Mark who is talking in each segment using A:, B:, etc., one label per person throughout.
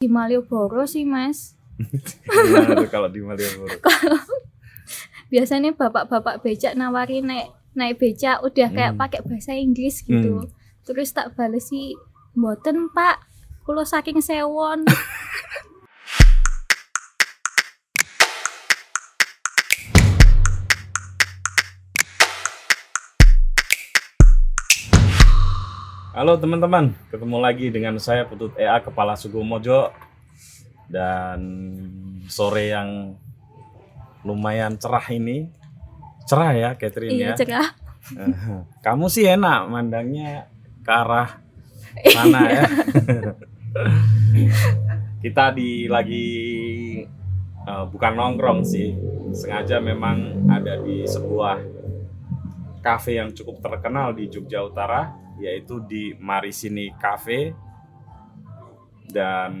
A: di Malioboro sih mas
B: Gimana tuh kalau di Malioboro?
A: biasanya bapak-bapak becak nawarin naik naik becak udah kayak
B: Hmm.
A: pakai bahasa Inggris gitu
B: Hmm.
A: terus tak bales sih mboten pak kulo saking sewon
B: Halo teman-teman, ketemu lagi dengan saya Putut EA Kepala Suku Mojo dan sore yang lumayan cerah ini. Cerah ya Catherine
A: iya
B: ya.
A: cerah
B: Eh, Kamu sih enak mandangnya ke arah sana ya. Kita di lagi eh, bukan nongkrong sih, sengaja memang ada di sebuah kafe yang cukup terkenal di Jogja Utara, yaitu di Marisini Cafe. Dan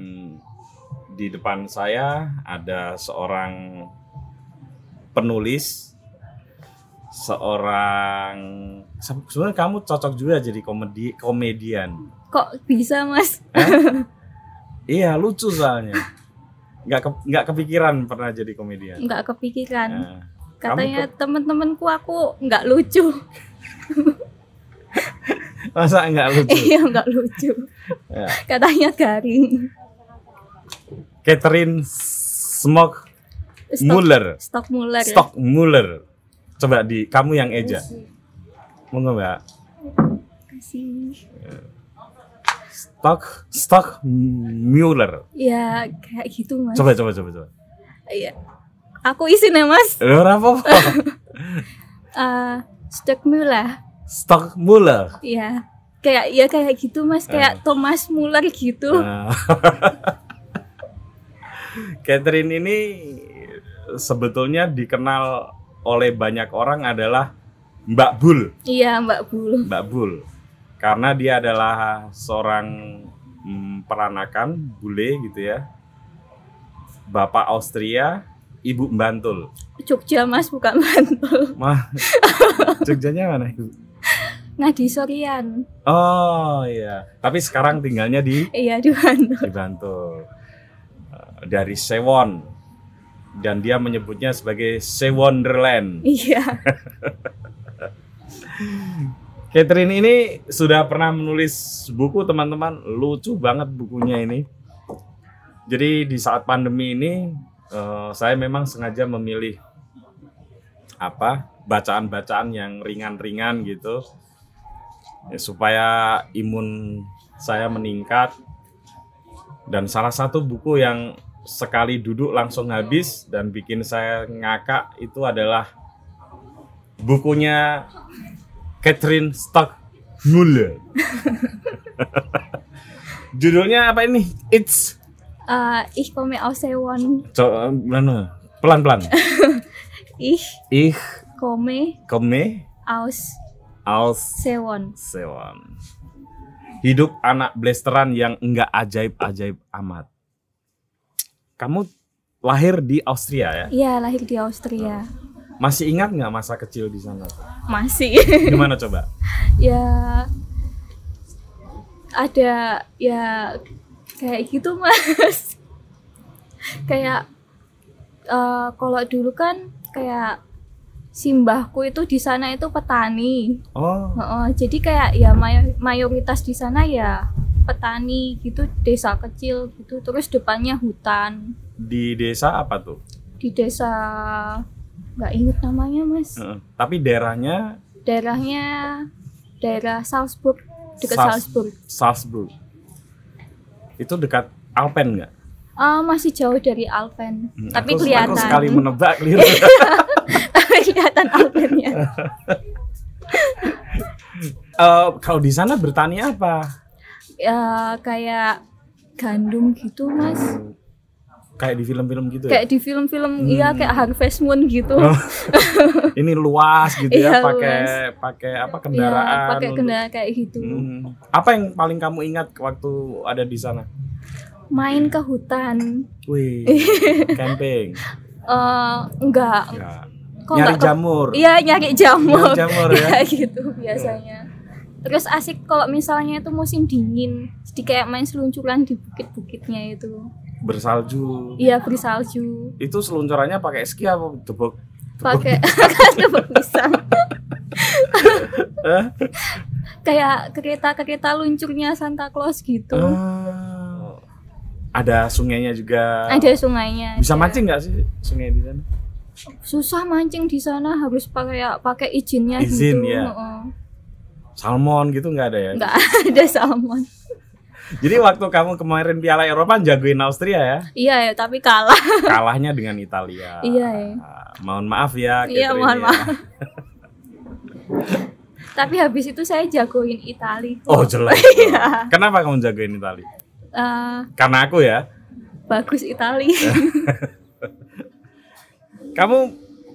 B: di depan saya ada seorang penulis, seorang se- sebenarnya kamu cocok juga jadi komedi komedian.
A: kok bisa mas
B: Iya lucu soalnya. Nggak ke- nggak kepikiran pernah jadi komedian.
A: nggak kepikiran
B: Nah,
A: katanya temen-temenku aku nggak lucu
B: masa nggak lucu?
A: iya nggak lucu
B: Ya.
A: katanya garing
B: Catherine Smog
A: stok
B: Muller,
A: stok muler ya.
B: Stock Muller. Coba di kamu yang eja. Monggo mbak.
A: Kasih.
B: Stock Stock Muller.
A: ya kayak gitu mas
B: Coba coba coba coba.
A: Iya. Aku izin ya mas
B: Eh, ora apa-apa.
A: Eh, Stuck Muller
B: Stock Muller.
A: ya kayak ya kayak gitu mas kayak Thomas Muller gitu
B: Nah. Catherine ini sebetulnya dikenal oleh banyak orang adalah Mbak Bul.
A: iya Mbak Bul
B: Mbak Bul karena dia adalah seorang mm, peranakan bule gitu ya bapak Austria ibu Bantul
A: Jogja mas bukan Bantul
B: mah Jogjanya mana ibu
A: Ngadi Sorian
B: oh iya tapi sekarang tinggalnya di
A: iya di Bantul
B: di Bantul Eh, dari Sewon dan dia menyebutnya sebagai Sewonderland
A: iya
B: Catherine ini sudah pernah menulis buku teman-teman lucu banget bukunya ini. Jadi di saat pandemi ini eh, saya memang sengaja memilih apa bacaan-bacaan yang ringan-ringan gitu Ya, supaya imun saya meningkat dan salah satu buku yang sekali duduk langsung habis dan bikin saya ngakak itu adalah bukunya Catherine Stock Muller. Judulnya apa ini? It's
A: Eh, Ich komme aus Sewon
B: Co- mana? Pelan-pelan.
A: Ich
B: Ich
A: komme
B: komme
A: aus
B: aus
A: Sewon
B: Sewon. Hidup anak blasteran yang enggak ajaib-ajaib amat. Kamu lahir di Austria ya?
A: iya lahir di Austria
B: Masih ingat nggak masa kecil di sana?
A: masih
B: Gimana coba?
A: ya ada ya kayak gitu mas kayak eh, kalau dulu kan kayak simbahku itu di sana itu petani
B: Oh,
A: Heeh, jadi kayak ya mayo- mayoritas di sana ya petani gitu desa kecil gitu terus depannya hutan
B: di desa apa tuh?
A: di desa nggak inget namanya mas
B: Heeh. Tapi daerahnya
A: daerahnya daerah Salzburg dekat
B: Sals-
A: Salzburg
B: Salzburg. Itu dekat Alpen nggak?
A: Ah, masih jauh dari Alpen,
B: Hmm,
A: tapi
B: aku-
A: kelihatan.
B: Aku sekali menebak keliru.
A: tapi kelihatan Alpennya.
B: Eh, kalau di sana bertani apa?
A: Ya, kayak gandum gitu, Mas.
B: Kayak di film-film gitu. ya?
A: Kayak di film-film iya kayak Harvest Moon gitu.
B: Hmm. Oh, Ini luas gitu ya,
A: Iya,
B: pakai
A: luas.
B: pakai apa kendaraan.
A: Iya, pakai
B: untuk-
A: kendaraan kayak gitu.
B: Hmm. Apa yang paling kamu ingat waktu ada di sana?
A: Main ke hutan.
B: Wih, camping.
A: Eh, enggak.
B: Ya.
A: Kok
B: Nyari
A: enggak ke-
B: jamur.
A: Iya, nyari
B: Nyari
A: jamur.
B: jamur ya.
A: Kayak gitu biasanya. terus asik kalau misalnya itu musim dingin jadi kayak main seluncuran di bukit-bukitnya itu
B: bersalju
A: iya bersalju
B: itu seluncurannya pakai ski apa tebok
A: pakai kan tebak pisang
B: Eh?
A: kayak kereta-kereta luncurnya Santa Claus gitu
B: Ah. ada sungainya juga
A: ada sungainya
B: Ah. bisa
A: ada.
B: mancing nggak sih sungai di sana
A: susah mancing di sana harus pakai pakai izinnya
B: Izin,
A: gitu
B: ya.
A: heeh.
B: salmon gitu nggak ada ya
A: nggak ada salmon
B: jadi waktu kamu kemarin Piala Eropa jagoin Austria ya
A: iya ya tapi kalah
B: kalahnya dengan Italia
A: Iya, ya.
B: mohon maaf ya
A: Iya,
B: Catherine,
A: mohon
B: ya.
A: maaf. tapi habis itu saya jagoin Itali
B: oh jelek
A: Iya.
B: kenapa kamu jagoin Italia
A: Eh,
B: karena aku ya
A: bagus Itali
B: Eh. kamu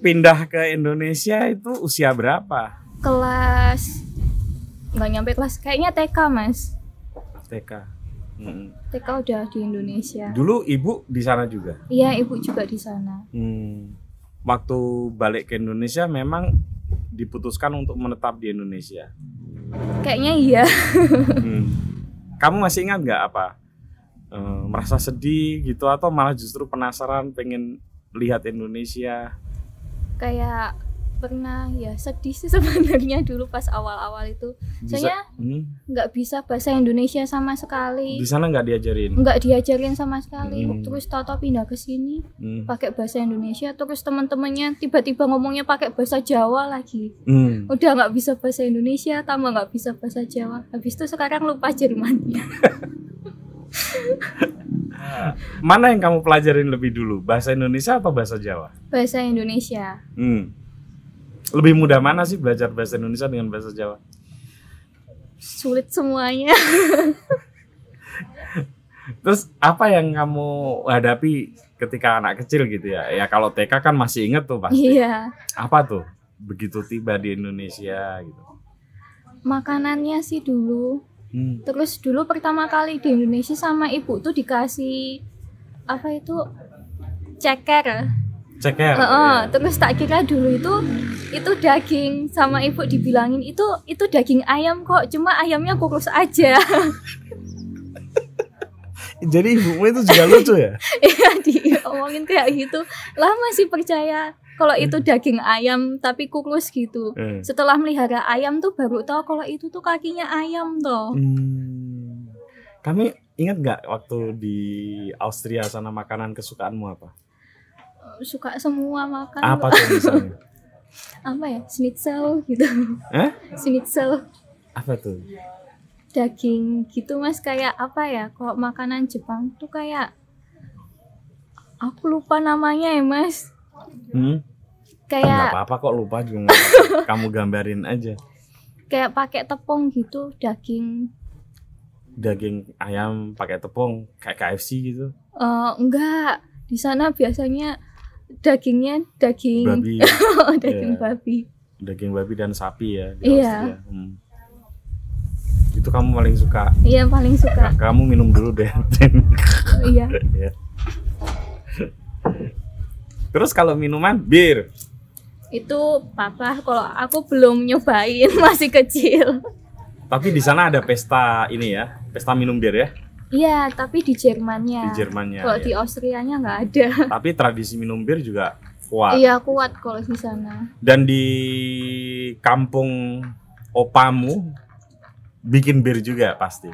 B: pindah ke Indonesia itu usia berapa
A: kelas nggak nyampe kelas kayaknya TK mas
B: TK Mm-mm.
A: TK udah di Indonesia
B: Hmm. dulu ibu di sana juga
A: iya ibu juga di sana
B: Hmm. Waktu balik ke Indonesia memang diputuskan untuk menetap di Indonesia.
A: kayaknya iya
B: Hmm. Kamu masih ingat nggak apa? Eh, merasa sedih gitu atau malah justru penasaran pengen lihat Indonesia?
A: kayak pernah ya sedih sih sebenarnya dulu pas awal-awal itu Soalnya-
B: Hmm?
A: nggak bisa bahasa Indonesia sama sekali
B: di sana nggak diajarin.
A: nggak diajarin sama sekali
B: Hmm.
A: terus Toto pindah ke sini
B: Hmm.
A: pakai bahasa Indonesia terus teman-temannya tiba-tiba ngomongnya pakai bahasa Jawa lagi
B: Hmm.
A: udah nggak bisa bahasa Indonesia tambah nggak bisa bahasa Jawa habis itu sekarang lupa Jermannya
B: Mana yang kamu pelajarin lebih dulu, bahasa Indonesia atau bahasa Jawa?
A: bahasa Indonesia
B: Hmm. Lebih mudah mana sih belajar bahasa Indonesia dengan bahasa Jawa?
A: sulit semuanya
B: Terus apa yang kamu hadapi ketika anak kecil gitu ya? Ya kalau TK kan masih inget tuh pasti.
A: iya
B: Apa tuh? Begitu tiba di Indonesia gitu.
A: makanannya sih dulu
B: Hmm.
A: terus dulu pertama kali di Indonesia sama ibu tuh dikasih apa itu ceker
B: Ceker.
A: Heeh,
B: ya.
A: terus tak kira dulu itu itu daging sama ibu dibilangin itu itu daging ayam kok cuma ayamnya kurus aja
B: Jadi ibumu itu juga lucu ya?
A: ya diomongin kayak gitu lah masih percaya kalau itu daging ayam tapi kurus gitu
B: Hmm.
A: setelah melihara ayam tuh baru tahu kalau itu tuh kakinya ayam toh
B: Hmm. Kami ingat nggak waktu di Austria sana makanan kesukaanmu apa?
A: suka semua makan
B: Apa tuh misalnya?
A: apa ya schnitzel gitu
B: Hah?
A: schnitzel
B: Apa tuh?
A: daging gitu mas kayak apa ya kalau makanan Jepang tuh kayak aku lupa namanya ya mas
B: Hmm? Nggak
A: kayak
B: apa-apa kok lupa juga. nggak apa-apa. Kamu gambarin aja.
A: kayak pakai tepung gitu daging
B: Daging ayam pakai tepung kayak KFC gitu.
A: Eh, enggak di sana biasanya dagingnya daging Oh,
B: Babi.
A: daging
B: Iya.
A: babi
B: daging babi dan sapi ya di
A: Iya.
B: Austria. Hmm. Itu kamu paling suka.
A: iya paling
B: Nah,
A: suka
B: kamu minum dulu deh.
A: iya
B: Ya. Terus kalau minuman bir.
A: itu papa kalau aku belum nyobain masih kecil
B: Tapi di sana ada pesta ini ya, pesta minum bir ya
A: iya tapi di Jermannya
B: di Jermannya.
A: Iya. kalau
B: ya.
A: di Austrianya nggak ada
B: Tapi tradisi minum bir juga kuat.
A: iya kuat kalau di sana
B: Dan di kampung opamu bikin bir juga pasti.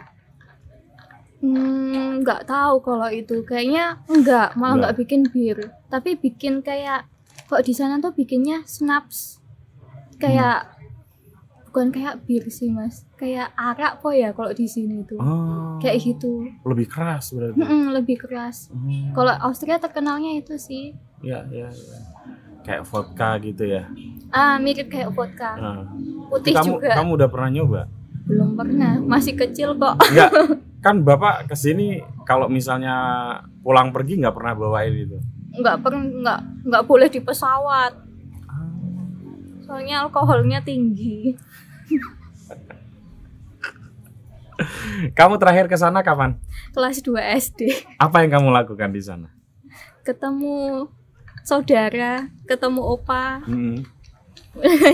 A: Hmm, nggak tahu kalau itu kayaknya nggak malah
B: Nggak.
A: nggak bikin bir tapi bikin kayak kok di sana tuh bikinnya snaps kayak
B: Hmm.
A: bukan kayak bir sih mas kayak arak kok ya kalau di sini tuh
B: Oh,
A: kayak gitu
B: Lebih keras berarti.
A: Mm-mm, lebih keras
B: Hmm.
A: kalau Austria terkenalnya itu sih
B: Ya, ya, ya. Kayak vodka gitu ya.
A: ah mirip kayak vodka
B: Nah,
A: putih
B: kamu
A: juga
B: kamu udah pernah nyoba?
A: belum pernah masih kecil kok
B: Enggak. kan Bapak kesini kalau misalnya pulang pergi nggak pernah bawain itu.
A: nggak per nggak nggak boleh di pesawat
B: Ah.
A: soalnya alkoholnya tinggi
B: Kamu terakhir ke sana kapan?
A: kelas 2 SD
B: Apa yang kamu lakukan di sana?
A: ketemu saudara, ketemu opa
B: Hmm.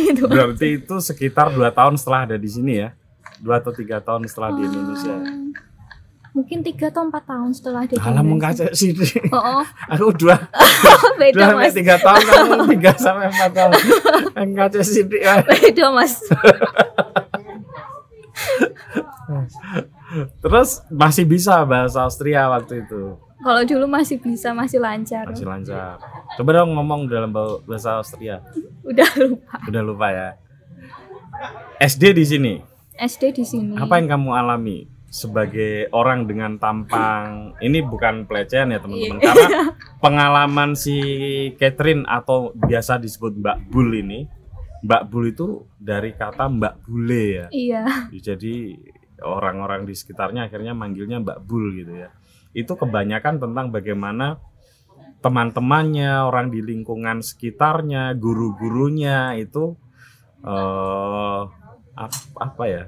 A: itu.
B: Berarti itu sekitar 2 tahun setelah ada di sini ya. dua atau tiga tahun setelah
A: Ah,
B: di Indonesia.
A: mungkin tiga atau empat tahun setelah di Indonesia.
B: Alah mengkaca sih.
A: Oh, oh.
B: Aku dua,
A: beda
B: dua sampai
A: mas,
B: tiga tahun, kamu tiga sampai empat tahun. Mengkaca sih.
A: beda mas.
B: Terus masih bisa bahasa Austria waktu itu.
A: Kalau dulu masih bisa, masih lancar.
B: Masih lancar. Coba dong ngomong dalam bau- bahasa Austria.
A: Udah lupa.
B: Udah lupa ya. SD di sini.
A: SD di sini.
B: Apa yang kamu alami sebagai orang dengan tampang ini bukan pelecehan ya teman-teman
A: Iya.
B: karena pengalaman si Catherine atau biasa disebut Mbak Bul ini Mbak Bul itu dari kata Mbak Bule ya
A: Iya.
B: jadi orang-orang di sekitarnya akhirnya manggilnya Mbak Bul gitu ya itu kebanyakan tentang bagaimana teman-temannya orang di lingkungan sekitarnya guru-gurunya itu eh ap- apa ya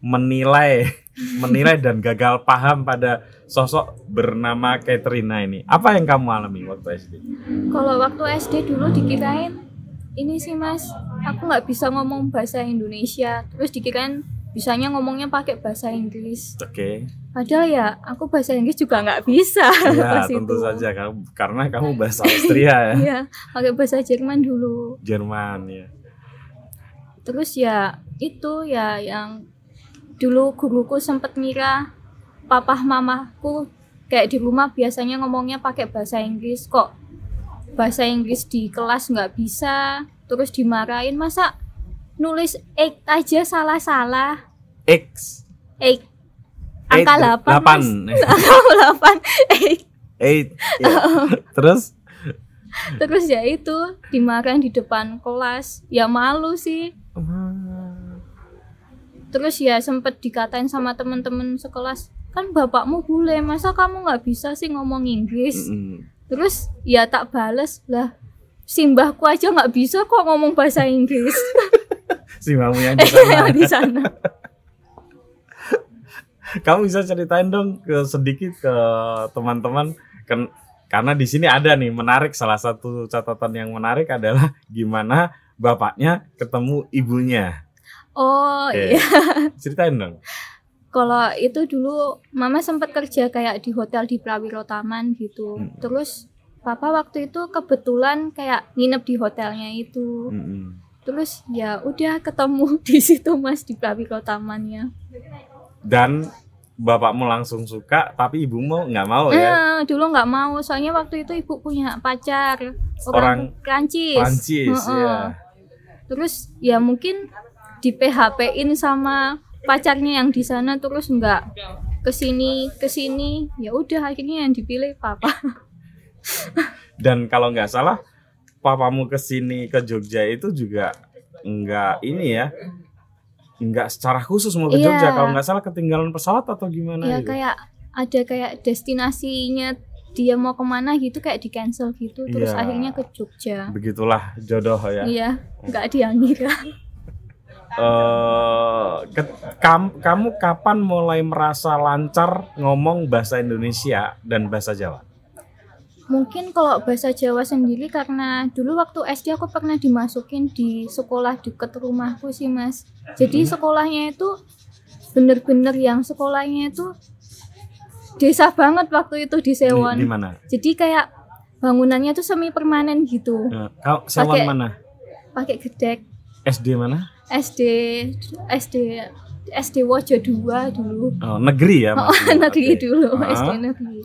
B: menilai menilai dan gagal paham pada sosok bernama Katrina ini apa yang kamu alami waktu SD
A: Kalau waktu SD dulu dikirain ini sih mas, aku nggak bisa ngomong bahasa Indonesia. Terus dikirain bisanya ngomongnya pakai bahasa Inggris.
B: oke
A: Padahal ya aku bahasa Inggris juga nggak bisa.
B: ya
A: pas
B: tentu
A: itu.
B: saja kamu- karena kamu bahasa Austria ya
A: Iya, pakai bahasa Jerman dulu.
B: Jerman ya
A: terus ya itu ya yang dulu guruku sempet ngira papah mamahku kayak di rumah biasanya ngomongnya pakai bahasa Inggris kok bahasa Inggris di kelas nggak bisa terus dimarahin masa nulis egg aja salah-salah
B: X
A: egg angka
B: Eight,
A: 8
B: delapan.
A: angka 8 egg
B: Eight. ya. Terus
A: terus ya itu dimarahin di depan kelas ya malu sih terus ya sempet dikatain sama temen-temen sekelas kan bapakmu bule masa kamu nggak bisa sih ngomong Inggris
B: Mm-mm.
A: terus ya tak bales lah simbahku aja nggak bisa kok ngomong bahasa Inggris
B: si mamu yang di
A: yang
B: sana.
A: di sana
B: Kamu bisa ceritain dong ke sedikit ke teman-teman Ken- karena di sini ada nih menarik salah satu catatan yang menarik adalah gimana bapaknya ketemu ibunya.
A: oh
B: Oke.
A: iya
B: Ceritain dong.
A: kalau itu dulu mama sempat kerja kayak di hotel di Prawiro Taman gitu
B: Hmm.
A: terus papa waktu itu kebetulan kayak nginep di hotelnya itu
B: Mm-mm.
A: terus ya udah ketemu di situ mas di Prawiro Tamannya
B: Dan bapakmu langsung suka tapi ibumu nggak mau ya.
A: Eh, dulu nggak mau, soalnya waktu itu ibu punya pacar
B: Orang
A: orang, Prancis.
B: Prancis
A: Heeh.
B: ya.
A: Terus ya mungkin di PHP-in sama pacarnya yang di sana terus nggak kesini kesini ya udah akhirnya yang dipilih papa
B: Dan kalau nggak salah, papamu ke sini ke Jogja itu juga nggak ini ya, nggak secara khusus mau ke
A: Iya.
B: Jogja. Kalau nggak salah ketinggalan pesawat atau gimana
A: ya
B: gitu.
A: kayak ada kayak destinasinya dia mau kemana gitu kayak di cancel gitu terus
B: Iya.
A: akhirnya ke Jogja
B: Begitulah jodoh ya.
A: iya nggak dia ngira
B: Eh, ke- kam- kamu kapan mulai merasa lancar ngomong bahasa Indonesia dan bahasa Jawa?
A: Mungkin kalau bahasa Jawa sendiri karena dulu waktu SD aku pernah dimasukin di sekolah deket rumahku sih mas. Jadi
B: Mhm.
A: sekolahnya itu bener-bener yang sekolahnya itu desa banget waktu itu di
B: Di,
A: Sewon.
B: di mana?
A: Jadi kayak bangunannya tuh semi permanen gitu,
B: Eh, Kau Sewon
A: Pakai-
B: mana?
A: pakai gedek.
B: SD mana?
A: SD SD SD Wojo 2 dulu.
B: Oh, negeri ya.
A: Oh,
B: maksudnya.
A: negeri
B: Oke.
A: dulu,
B: Ah,
A: SD negeri.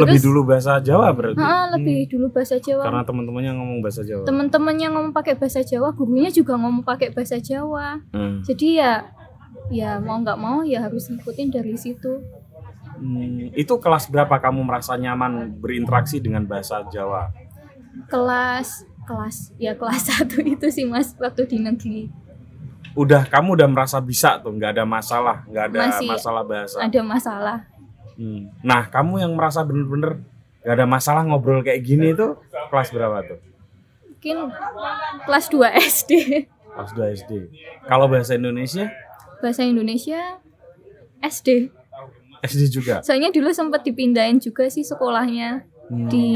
B: Lebih
A: Terus-
B: dulu bahasa Jawa berarti.
A: Ah, lebih
B: Hmm,
A: dulu bahasa Jawa.
B: Karena teman-temannya ngomong bahasa Jawa.
A: temen-temen yang ngomong pakai bahasa Jawa, gurunya juga ngomong pakai bahasa Jawa.
B: Hmm.
A: Jadi ya ya mau nggak mau ya harus ngikutin dari situ.
B: Hmm, itu kelas berapa kamu merasa nyaman berinteraksi dengan bahasa Jawa?
A: Kelas kelas ya kelas satu itu sih Mas waktu di negeri.
B: Udah kamu udah merasa bisa tuh, nggak ada masalah, nggak ada
A: Masih
B: masalah bahasa.
A: Ada masalah.
B: Hmm. Nah, kamu yang merasa bener-bener nggak ada masalah ngobrol kayak gini itu kelas berapa tuh?
A: Mungkin kelas 2 SD.
B: Kelas 2 SD. Kalau bahasa Indonesia
A: Bahasa Indonesia SD.
B: SD juga.
A: Soalnya dulu sempat dipindahin juga sih sekolahnya
B: Hmm.
A: di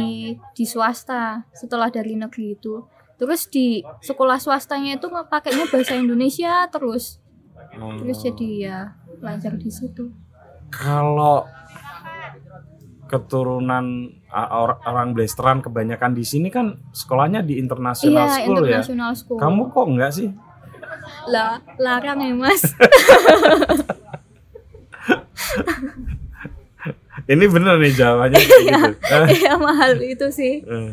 A: di swasta setelah dari negeri itu. Terus di sekolah swastanya itu ngepakainya bahasa Indonesia terus. terus jadi ya belajar di situ
B: Hmm, kalau keturunan uh, or- orang Blasteran kebanyakan di sini kan sekolahnya di international
A: iya
B: school ya.
A: international school
B: Kamu kok enggak sih?
A: lah larang ya mas
B: Ini bener nih jawabannya kayak gitu. Eh,
A: ya mahal itu sih
B: eh.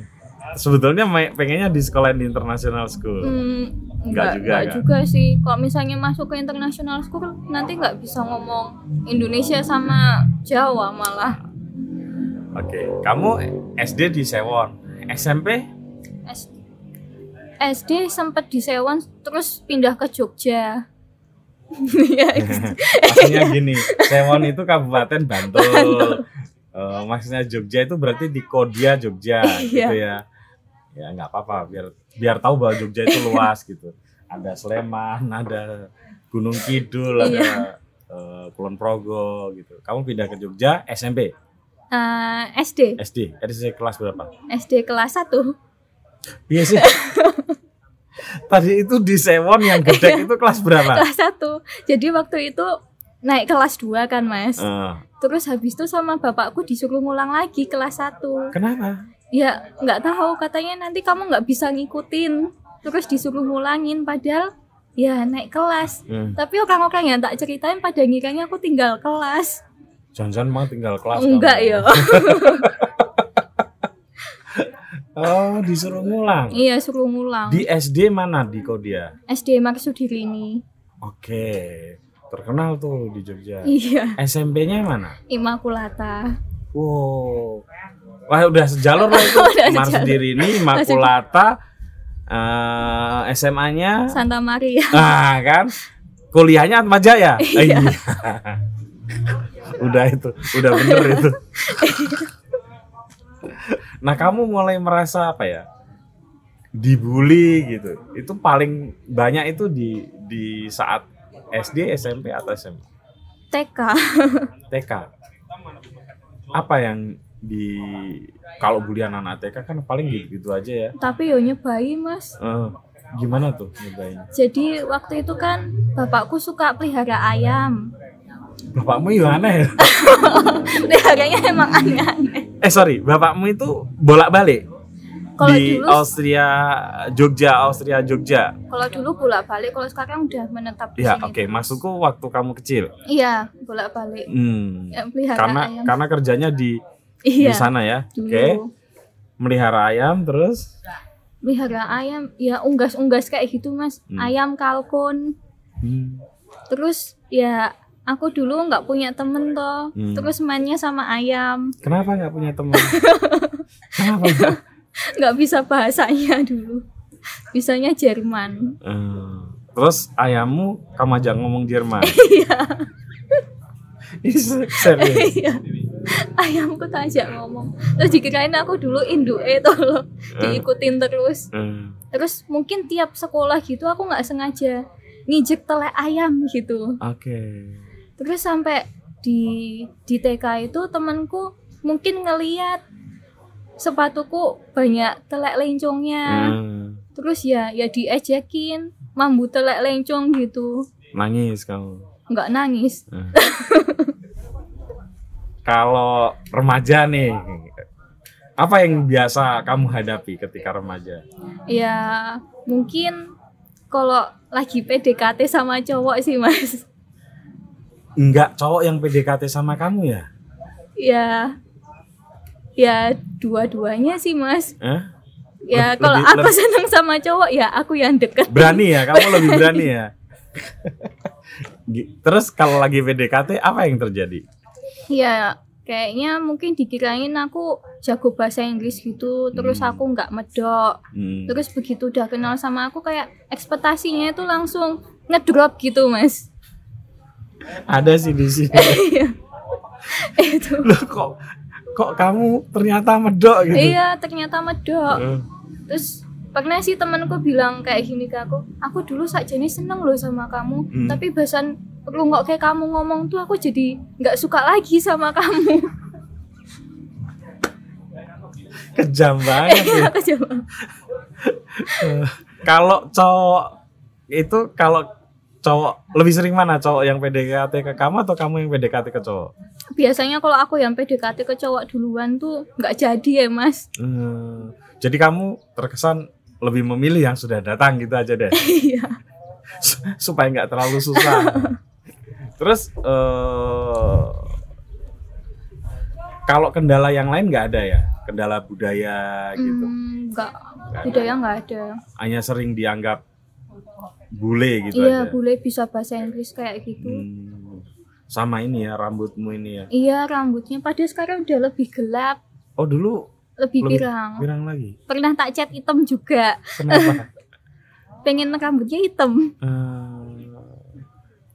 B: Sebetulnya me- pengennya di sekolah di international school.
A: Hmm,
B: Enggak juga,
A: enggak
B: kan?
A: juga sih. Kalau misalnya masuk ke international school nanti nggak bisa ngomong Indonesia sama Jawa malah
B: Oke, kamu SD di Sewon, SMP?
A: S- SD sempat di Sewon terus pindah ke Jogja. Iya,
B: maksudnya gini, Sewon itu kabupaten Bantul. Eh, maksudnya Jogja itu berarti di Kodia Jogja gitu ya. Ya nggak apa-apa biar biar tahu bahwa Jogja itu luas gitu. Ada Sleman, ada Gunung Kidul, ada eh, Kulon Progo gitu. Kamu pindah ke Jogja SMP,
A: Eh, SD,
B: SD, SD kelas berapa?
A: SD kelas 1.
B: Iya sih. Tadi itu di Sewon yang gede itu kelas berapa?
A: Iya. Kelas 1. Jadi waktu itu naik kelas 2 kan, Mas.
B: Eh,
A: Terus habis itu sama bapakku disuruh ngulang lagi kelas 1.
B: kenapa?
A: ya nggak tahu katanya nanti kamu nggak bisa ngikutin terus disuruh ngulangin padahal ya naik kelas
B: Hmm,
A: tapi orang-orang yang tak ceritain pada ngiranya aku tinggal kelas
B: Jangan-jangan emang tinggal kelas kamu.
A: enggak ya
B: Oh, disuruh ngulang.
A: iya suruh ngulang
B: Di SD mana di Kodia?
A: SD Marsudirini
B: Oke, terkenal tuh di Jogja.
A: iya
B: SMP-nya mana?
A: Immaculata
B: Wow. Wah, udah sejalur lah itu.
A: Udah
B: Mars
A: sejalur.
B: sendiri ini Makulata eh, SMA-nya
A: Santa Maria
B: ah kan kuliahnya Atma Jaya. Eh,
A: Iya.
B: udah itu, udah bener itu. nah, kamu mulai merasa apa ya? Dibully gitu. Itu paling banyak itu di di saat SD, SMP atau SMA?
A: TK
B: TK. Apa yang di kalau bulian anak TK kan paling gitu-gitu aja ya.
A: tapi yo nyebai mas
B: Eh, gimana tuh nyobain?
A: jadi waktu itu kan bapakku suka pelihara ayam
B: Bapakmu gimana ya?
A: peliharanya emang aneh-aneh
B: Eh sorry, bapakmu itu bolak-balik
A: Kalau
B: di
A: dulu-
B: Austria Jogja, Austria Jogja.
A: kalau dulu bolak-balik kalau sekarang udah menetap di
B: Ya,
A: sini
B: oke. Maksudku waktu kamu kecil.
A: iya bolak-balik
B: Hmm.
A: yang pelihara
B: Karena
A: Ya, ayam
B: karena kerjanya di di
A: iya
B: sana ya. Oke.
A: dulu
B: Melihara ayam terus
A: pelihara ayam ya unggas-unggas kayak gitu mas
B: Hmm.
A: ayam kalkun
B: Hmm.
A: terus ya aku dulu nggak punya temen toh
B: Hmm.
A: terus mainnya sama ayam
B: Kenapa nggak punya teman? Kenapa? nggak?
A: nggak bisa bahasanya dulu bisanya Jerman
B: Eh, terus ayammu kamu ajak ngomong Jerman. Iya. Serius.
A: iya ayamku tak ajak ngomong terus dikirain aku dulu indue toh loh diikutin terus
B: Eh,
A: terus mungkin tiap sekolah gitu aku nggak sengaja nginjek telek ayam gitu
B: Oke.
A: terus sampai di di TK itu temanku mungkin ngeliat sepatuku banyak telek lencongnya
B: Eh,
A: terus ya ya diejekin mambu telek lencong gitu
B: nangis kamu.
A: nggak nangis
B: Nah. Kalau remaja nih, apa yang biasa kamu hadapi ketika remaja?
A: ya mungkin kalau lagi PDKT sama cowok sih mas
B: Enggak cowok yang PDKT sama kamu ya?
A: ya ya dua-duanya sih mas
B: Eh?
A: ya
B: Lebih-
A: kalau
B: lebih-
A: aku seneng sama cowok ya aku yang deket
B: Berani ya? Kamu lebih berani ya? Gi- Terus kalau lagi PDKT apa yang terjadi?
A: Ya, kayaknya mungkin dikirain aku jago bahasa Inggris gitu, terus
B: Hmm.
A: aku nggak medok.
B: Hmm.
A: Terus begitu udah kenal sama aku kayak ekspektasinya itu langsung ngedrop gitu, Mas.
B: Ada sih di sini.
A: itu.
B: Loh, kok kok kamu ternyata medok gitu?
A: Iya, ternyata medok.
B: Eh,
A: Terus pernah sih temanku bilang kayak gini ke aku, "Aku dulu sakjane seneng loh sama kamu,
B: Hmm.
A: tapi bahasan rungok kayak kamu ngomong tuh aku jadi nggak suka lagi sama kamu."
B: Kejam banget. ya.
A: Iya, aku jawab.
B: kalau cowok itu kalau cowok lebih sering mana cowok yang PDKT ke kamu atau kamu yang PDKT ke cowok?
A: Biasanya kalau aku ya, yang PDKT ke cowok duluan tuh nggak jadi ya mas.
B: Hmm, jadi kamu terkesan lebih memilih yang sudah datang gitu aja deh
A: Iya.
B: supaya nggak terlalu susah. Terus eh kalau kendala yang lain nggak ada ya? Kendala budaya gitu.
A: Hmm, nggak
B: Nggak ada.
A: budaya nggak ada.
B: Hanya sering dianggap bule gitu
A: iya
B: aja.
A: boleh bisa bahasa Inggris kayak gitu.
B: Hmm, sama ini ya rambutmu ini ya.
A: Iya rambutnya pada sekarang udah lebih gelap,
B: Oh dulu
A: lebih,
B: Lebih-
A: pirang.
B: bilang lagi.
A: Pernah tak cat hitam juga.
B: Kenapa?
A: Pengen rambutnya hitam.
B: Eh,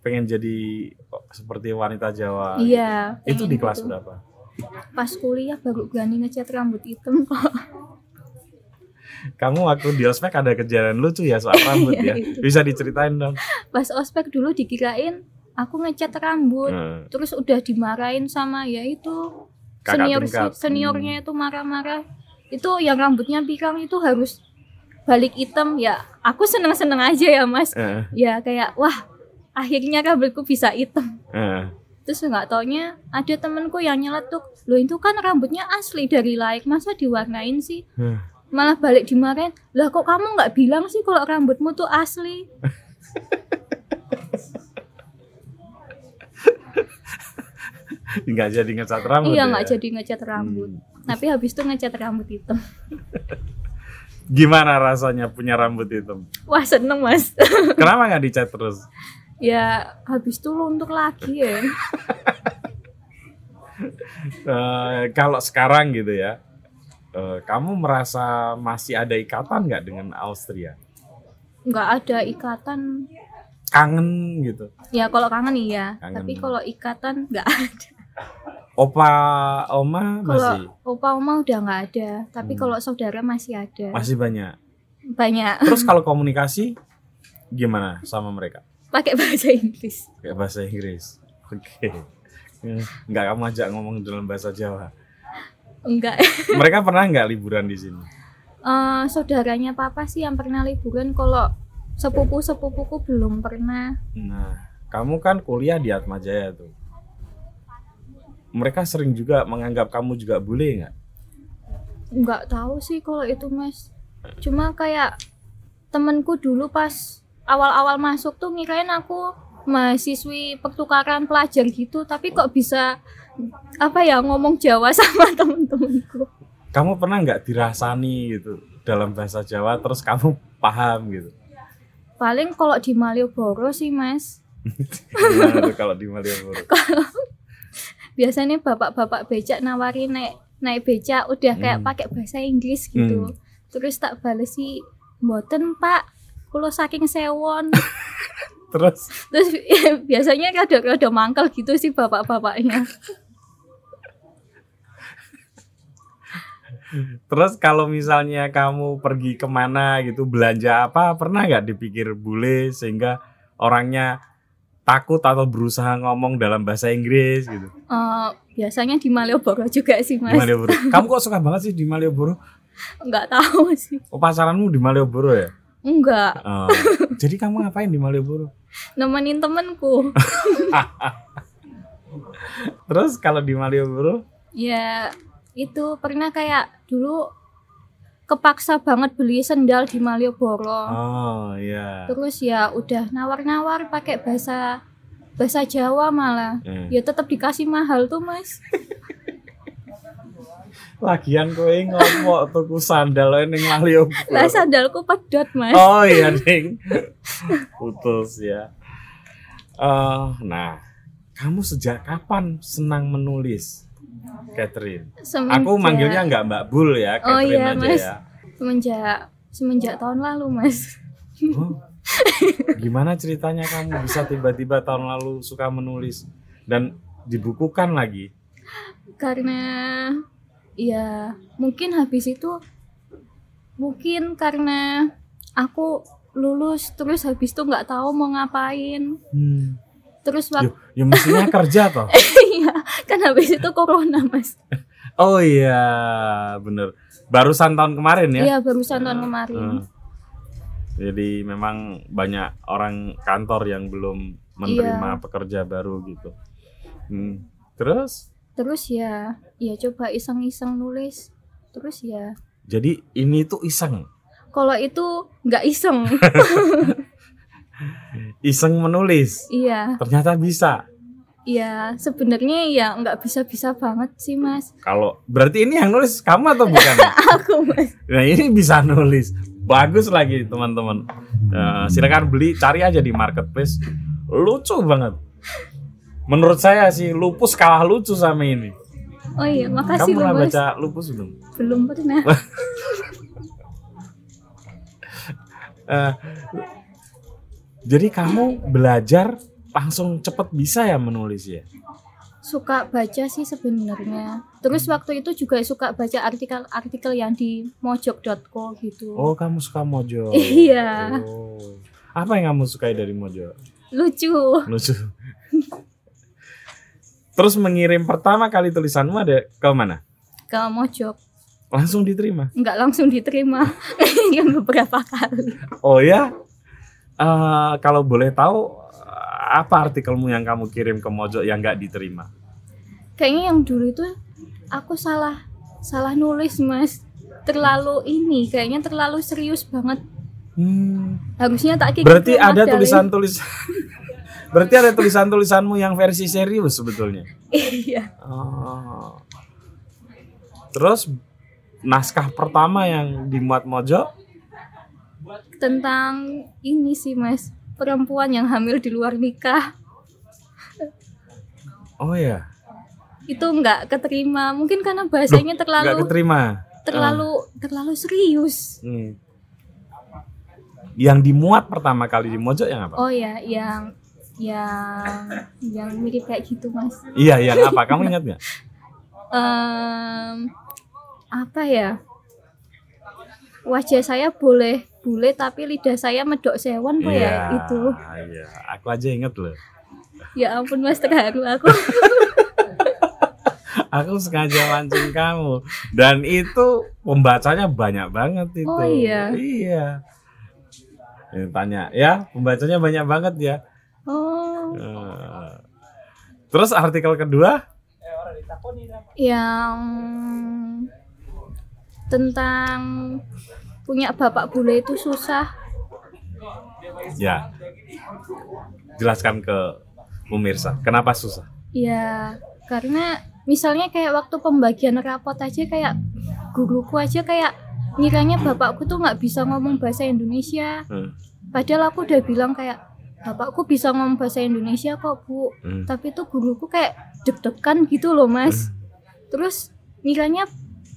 B: pengen jadi seperti wanita Jawa.
A: iya.
B: gitu. Itu
A: pengen
B: di kelas
A: gitu.
B: berapa?
A: Pas kuliah baru berani ngecat rambut hitam kok.
B: Kamu waktu di ospek ada kejadian lucu ya soal rambut ya.
A: Iya, itu.
B: Bisa diceritain dong.
A: Pas ospek dulu dikirain aku ngecat rambut.
B: Hmm,
A: terus udah dimarahin sama ya itu
B: Kakak
A: senior
B: Hmm. tingkat.
A: seniornya itu marah-marah itu yang rambutnya pirang itu harus balik item ya aku seneng-seneng aja ya mas
B: eh,
A: ya kayak wah akhirnya rambutku bisa item
B: eh.
A: terus nggak taunya ada temenku yang nyeletuk lo itu kan rambutnya asli dari laik masa diwarnain sih
B: Hah.
A: malah balik dimarahin lah kok kamu nggak bilang sih kalau rambutmu tuh asli
B: nggak jadi ngecat rambut
A: iya
B: ya?
A: nggak jadi ngecat rambut
B: Hmm.
A: tapi habis itu ngecat rambut hitam
B: Gimana rasanya punya rambut hitam?
A: wah seneng mas
B: Kenapa nggak dicat terus?
A: ya habis itu luntur lagi ya
B: Eh, kalau sekarang gitu ya, eh, kamu merasa masih ada ikatan nggak dengan Austria?
A: nggak ada ikatan
B: Kangen gitu?
A: ya kalau kangen iya
B: Kangen.
A: tapi kalau ikatan nggak ada
B: Opa, Oma
A: kalau
B: masih
A: opa oma udah nggak ada tapi
B: Hmm.
A: kalau saudara masih ada
B: masih banyak.
A: banyak
B: Terus kalau komunikasi gimana sama mereka?
A: pakai bahasa Inggris
B: Kayak bahasa Inggris. Oke. Nggak kamu ajak ngomong dalam bahasa Jawa.
A: enggak
B: Mereka pernah nggak liburan di sini?
A: Eh, saudaranya papa sih yang pernah liburan kalau sepupu sepupuku belum pernah
B: Nah, kamu kan kuliah di Atma Jaya tuh. Mereka sering juga menganggap kamu juga bule nggak?
A: nggak tahu sih kalau itu mas cuma kayak temenku dulu pas awal-awal masuk tuh ngirain aku mahasiswi pertukaran pelajar gitu tapi kok bisa apa ya ngomong Jawa sama temen-temenku
B: Kamu pernah nggak dirasani gitu dalam bahasa Jawa terus kamu paham gitu?
A: paling kalau di Malioboro sih mas
B: Gimana tuh kalau di Malioboro?
A: biasanya bapak-bapak becak nawarin naik naik becak udah kayak
B: Hmm.
A: pakai bahasa Inggris gitu
B: Hmm.
A: terus tak bales sih mboten pak kulo saking sewon
B: Terus
A: terus biasanya rada-rada mangkel gitu sih bapak-bapaknya
B: terus kalau misalnya kamu pergi kemana gitu belanja apa pernah nggak dipikir bule sehingga orangnya takut atau berusaha ngomong dalam bahasa Inggris gitu?
A: Eh, biasanya di Malioboro juga sih
B: Di
A: mas
B: Malioboro. Kamu kok suka banget sih di Malioboro?
A: nggak tahu sih
B: Oh, pasaranmu di Malioboro ya?
A: nggak
B: Oh, jadi kamu ngapain di Malioboro?
A: nemenin temenku
B: Terus kalau di Malioboro,
A: ya itu pernah kayak dulu kepaksa banget beli sendal di Malioboro
B: oh iya.
A: terus ya udah nawar-nawar pakai bahasa bahasa Jawa malah
B: Eh.
A: ya tetap dikasih mahal tuh mas
B: Lagian kowe ngopo tuku sandal ae ning Malioboro.
A: lah sandalku pedot mas
B: Oh iya Ning. Putus ya. Eh, nah, kamu sejak kapan senang menulis? Catherine.
A: Semenjak-
B: Aku manggilnya nggak Mbak Bul ya,
A: Oh,
B: Catherine
A: iya,
B: aja
A: Mas.
B: ya.
A: semenjak semenjak tahun lalu mas
B: Oh, gimana ceritanya kamu bisa tiba-tiba tahun lalu suka menulis dan dibukukan lagi?
A: karena ya mungkin habis itu mungkin karena aku lulus terus habis itu nggak tahu mau ngapain
B: Hmm.
A: terus
B: Yo,
A: waktu
B: yo mestinya kerja toh.
A: kan habis itu corona mas
B: Oh iya, bener. Barusan tahun kemarin ya?
A: iya barusan tahun
B: Eh,
A: kemarin
B: eh. Jadi memang banyak orang kantor yang belum menerima pekerja baru gitu. Hmm. Terus
A: terus ya ya coba iseng-iseng nulis terus ya
B: jadi ini tuh iseng,
A: kalau itu nggak iseng
B: iseng menulis.
A: iya
B: Ternyata bisa.
A: iya sebenarnya ya nggak bisa-bisa banget sih mas
B: Kalau berarti ini yang nulis kamu atau bukan?
A: aku mas
B: Nah ini bisa nulis, bagus lagi teman-teman. Eh, silakan beli, cari aja di marketplace. Lucu banget. Menurut saya sih lupus kalah lucu sama ini.
A: oh iya
B: Kamu
A: makasih loh
B: pernah
A: mas
B: baca lupus belum?
A: belum pernah
B: Eh, jadi kamu belajar langsung cepet bisa ya menulis ya?
A: suka baca sih sebenarnya terus waktu itu juga suka baca artikel-artikel yang di mojok.co gitu
B: Oh kamu suka Mojo?
A: Iya.
B: Oh. Apa yang kamu sukai dari Mojo?
A: lucu
B: Lucu. Terus mengirim pertama kali tulisanmu ada ke mana?
A: ke mojok
B: Langsung diterima?
A: nggak langsung diterima yang beberapa kali
B: Oh ya, Eh, kalau boleh tahu eh, apa artikelmu yang kamu kirim ke Mojo yang nggak diterima?
A: kayaknya yang dulu itu aku salah salah nulis mas terlalu ini kayaknya terlalu serius banget harusnya tak kayak
B: Berarti
A: gitu, Mas
B: ada
A: Dalin.
B: tulisan tulis, berarti ada tulisan tulisanmu yang versi serius sebetulnya.
A: iya
B: Oh. Terus naskah pertama yang dimuat Mojo,
A: tentang ini sih mas perempuan yang hamil di luar nikah
B: oh ya,
A: itu nggak keterima mungkin karena bahasanya
B: nggak
A: terlalu
B: keterima.
A: terlalu terlalu serius
B: Hmm. Yang dimuat pertama kali di Mojo yang apa?
A: oh ya yang yang yang mirip kayak gitu mas
B: Iya, yang apa? Kamu ingat nggak?
A: Em, apa ya wajah saya boleh boleh tapi lidah saya medok sewan pak
B: Iya,
A: ya itu
B: Iya, aku aja inget loh.
A: ya ampun mas terharu aku
B: Aku sengaja mancing kamu dan itu pembacanya banyak banget itu.
A: Oh, iya.
B: Iya. Ini tanya ya, pembacanya banyak banget ya.
A: oh
B: Eh, Terus artikel kedua,
A: yang tentang punya bapak bule itu susah
B: ya jelaskan ke pemirsa kenapa susah.
A: ya karena misalnya kayak waktu pembagian rapot aja kayak guruku aja kayak ngiranya bapakku tuh nggak bisa ngomong bahasa Indonesia
B: Hmm,
A: Padahal aku udah bilang kayak bapakku bisa ngomong bahasa Indonesia kok bu,
B: hmm.
A: tapi tuh guruku kayak deg-degan gitu loh mas. Terus ngiranya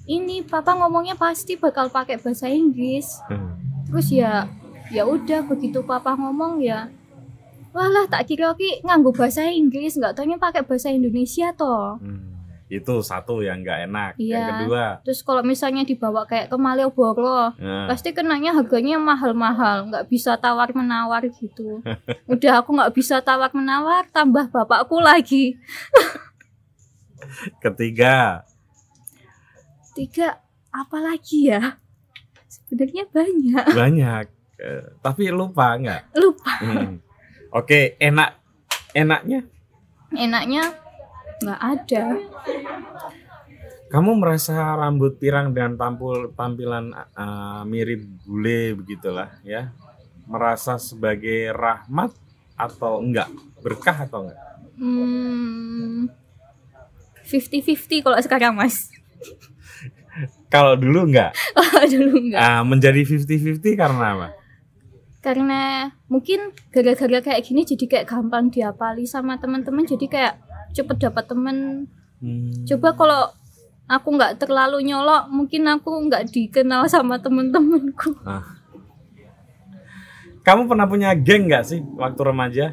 A: ini papa ngomongnya pasti bakal pakai bahasa Inggris.
B: Hmm.
A: Terus ya ya udah begitu papa ngomong ya, walah tak kira ki nganggo bahasa Inggris nggak taunya pakai bahasa Indonesia toh.
B: Hmm. Itu satu yang nggak enak. Yang
A: Iya.
B: kedua,
A: Terus kalau misalnya dibawa kayak ke Malioboro,
B: eh,
A: pasti kenanya harganya mahal-mahal nggak bisa tawar menawar gitu udah aku nggak bisa tawar menawar tambah bapakku lagi
B: ketiga
A: tiga apa lagi ya sebenarnya banyak
B: banyak, Eh, tapi lupa nggak?
A: lupa
B: Hmm. Oke, enak enaknya
A: enaknya nggak ada
B: kamu merasa rambut pirang dengan tampil tampilan eh, mirip bule begitulah ya. Merasa sebagai rahmat atau enggak? Berkah atau enggak?
A: fifty fifty Hmm, kalau sekarang mas
B: Kalau dulu enggak.
A: Kalau dulu nggak
B: Ah, menjadi 50-50 karena apa?
A: karena mungkin gara-gara kayak gini jadi kayak gampang diapali sama teman-teman jadi kayak cepet dapat temen coba kalau aku nggak terlalu nyolok mungkin aku nggak dikenal sama temen-temenku
B: Ah. Kamu pernah punya geng nggak sih waktu remaja?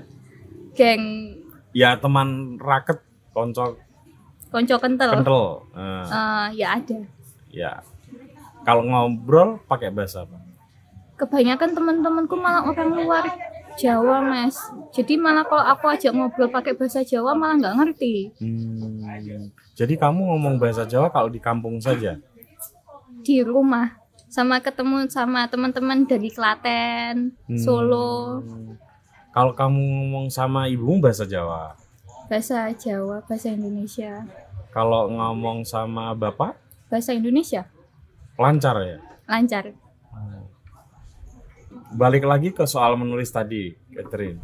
A: geng
B: Ya teman raket, konco
A: konco kental
B: kental. Eh,
A: Eh, ya ada
B: ya. Kalau ngobrol pakai bahasa apa?
A: kebanyakan temen-temenku malah orang luar Jawa mas jadi malah kalau aku ajak ngobrol pakai bahasa Jawa malah nggak ngerti
B: Hmm, Jadi kamu ngomong bahasa Jawa kalau di kampung saja.
A: di rumah sama ketemu sama teman-teman dari Klaten,
B: Hmm.
A: Solo,
B: Kalau kamu ngomong sama ibumu bahasa Jawa,
A: bahasa Jawa, bahasa Indonesia,
B: kalau ngomong sama bapak
A: bahasa Indonesia
B: lancar ya.
A: lancar.
B: Balik lagi ke soal menulis tadi, Catherine.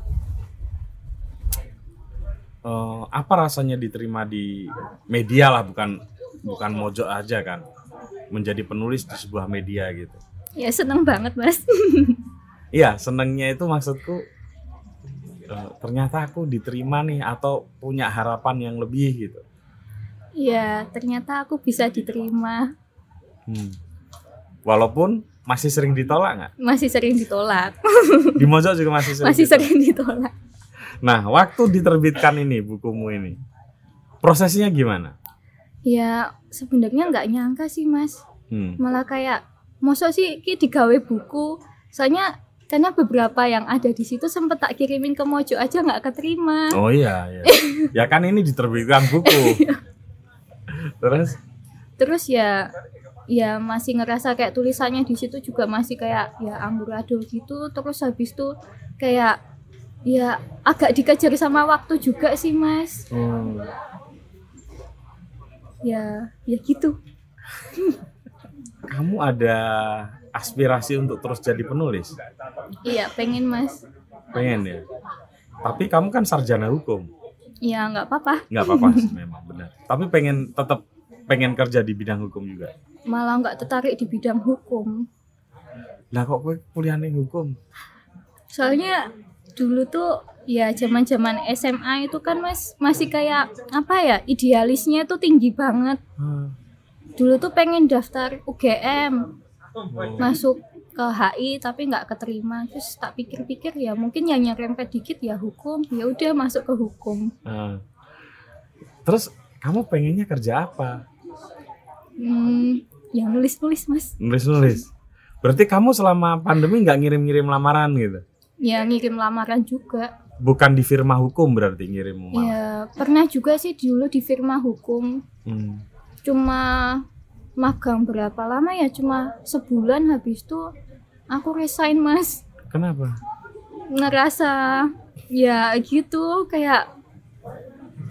B: Eh, apa rasanya diterima di media lah, bukan bukan mojok aja kan? Menjadi penulis di sebuah media gitu.
A: Ya seneng banget mas.
B: Iya, senengnya itu maksudku eh, ternyata aku diterima nih atau punya harapan yang lebih gitu.
A: ya ternyata aku bisa diterima,
B: Hmm. Walaupun masih sering ditolak nggak?
A: masih sering ditolak,
B: Di Mojok juga masih sering.
A: masih
B: ditolak.
A: sering ditolak.
B: Nah, waktu diterbitkan ini bukumu ini, prosesnya gimana?
A: Ya sebenarnya nggak nyangka sih mas,
B: Hmm.
A: malah kayak mosok sih ki digawe buku, soalnya karena beberapa yang ada di situ sempet tak kirimin ke Mojo aja nggak keterima.
B: Oh iya, iya. ya kan ini diterbitkan buku.
A: Iya.
B: Terus,
A: terus ya ya masih ngerasa kayak tulisannya di situ juga masih kayak ya amburadul gitu terus habis itu kayak ya agak dikejar sama waktu juga sih mas
B: hmm,
A: ya ya gitu
B: kamu ada aspirasi untuk terus jadi penulis?
A: iya pengen mas
B: Pengen ya. Tapi kamu kan sarjana hukum.
A: ya nggak apa-apa
B: nggak apa-apa sih memang benar tapi pengen tetap pengen kerja di bidang hukum juga
A: malah nggak tertarik di bidang hukum
B: lah kok gue kuliahnya hukum
A: soalnya dulu tuh ya zaman zaman SMA itu kan mas masih kayak apa ya idealisnya tuh tinggi banget
B: Hmm.
A: dulu tuh pengen daftar UGM masuk ke HI tapi nggak keterima terus tak pikir-pikir ya mungkin yang nyerempet dikit ya hukum ya udah masuk ke hukum
B: Hmm. terus kamu pengennya kerja apa
A: hmm, ya nulis-nulis mas
B: nulis nulis berarti kamu selama pandemi nggak ngirim-ngirim lamaran gitu
A: ya ngirim lamaran juga
B: bukan di firma hukum berarti ngirim malah.
A: ya pernah juga sih dulu di firma hukum
B: Hmm.
A: cuma magang berapa lama ya cuma sebulan habis itu aku resign mas
B: kenapa
A: ngerasa ya gitu kayak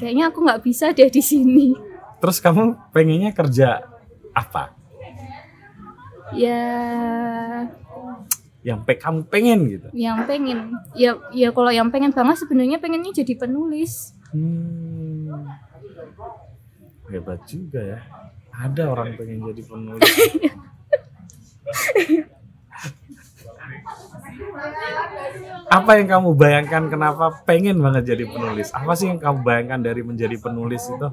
A: kayaknya aku nggak bisa deh di sini
B: terus kamu pengennya kerja apa
A: ya
B: yang pe kamu pengen gitu
A: yang pengen ya ya kalau yang pengen banget sebenarnya pengennya jadi penulis
B: Hmm. Hebat juga ya. Ada orang pengen jadi penulis. Apa yang kamu bayangkan kenapa pengen banget jadi penulis? Apa sih yang kamu bayangkan dari menjadi penulis itu?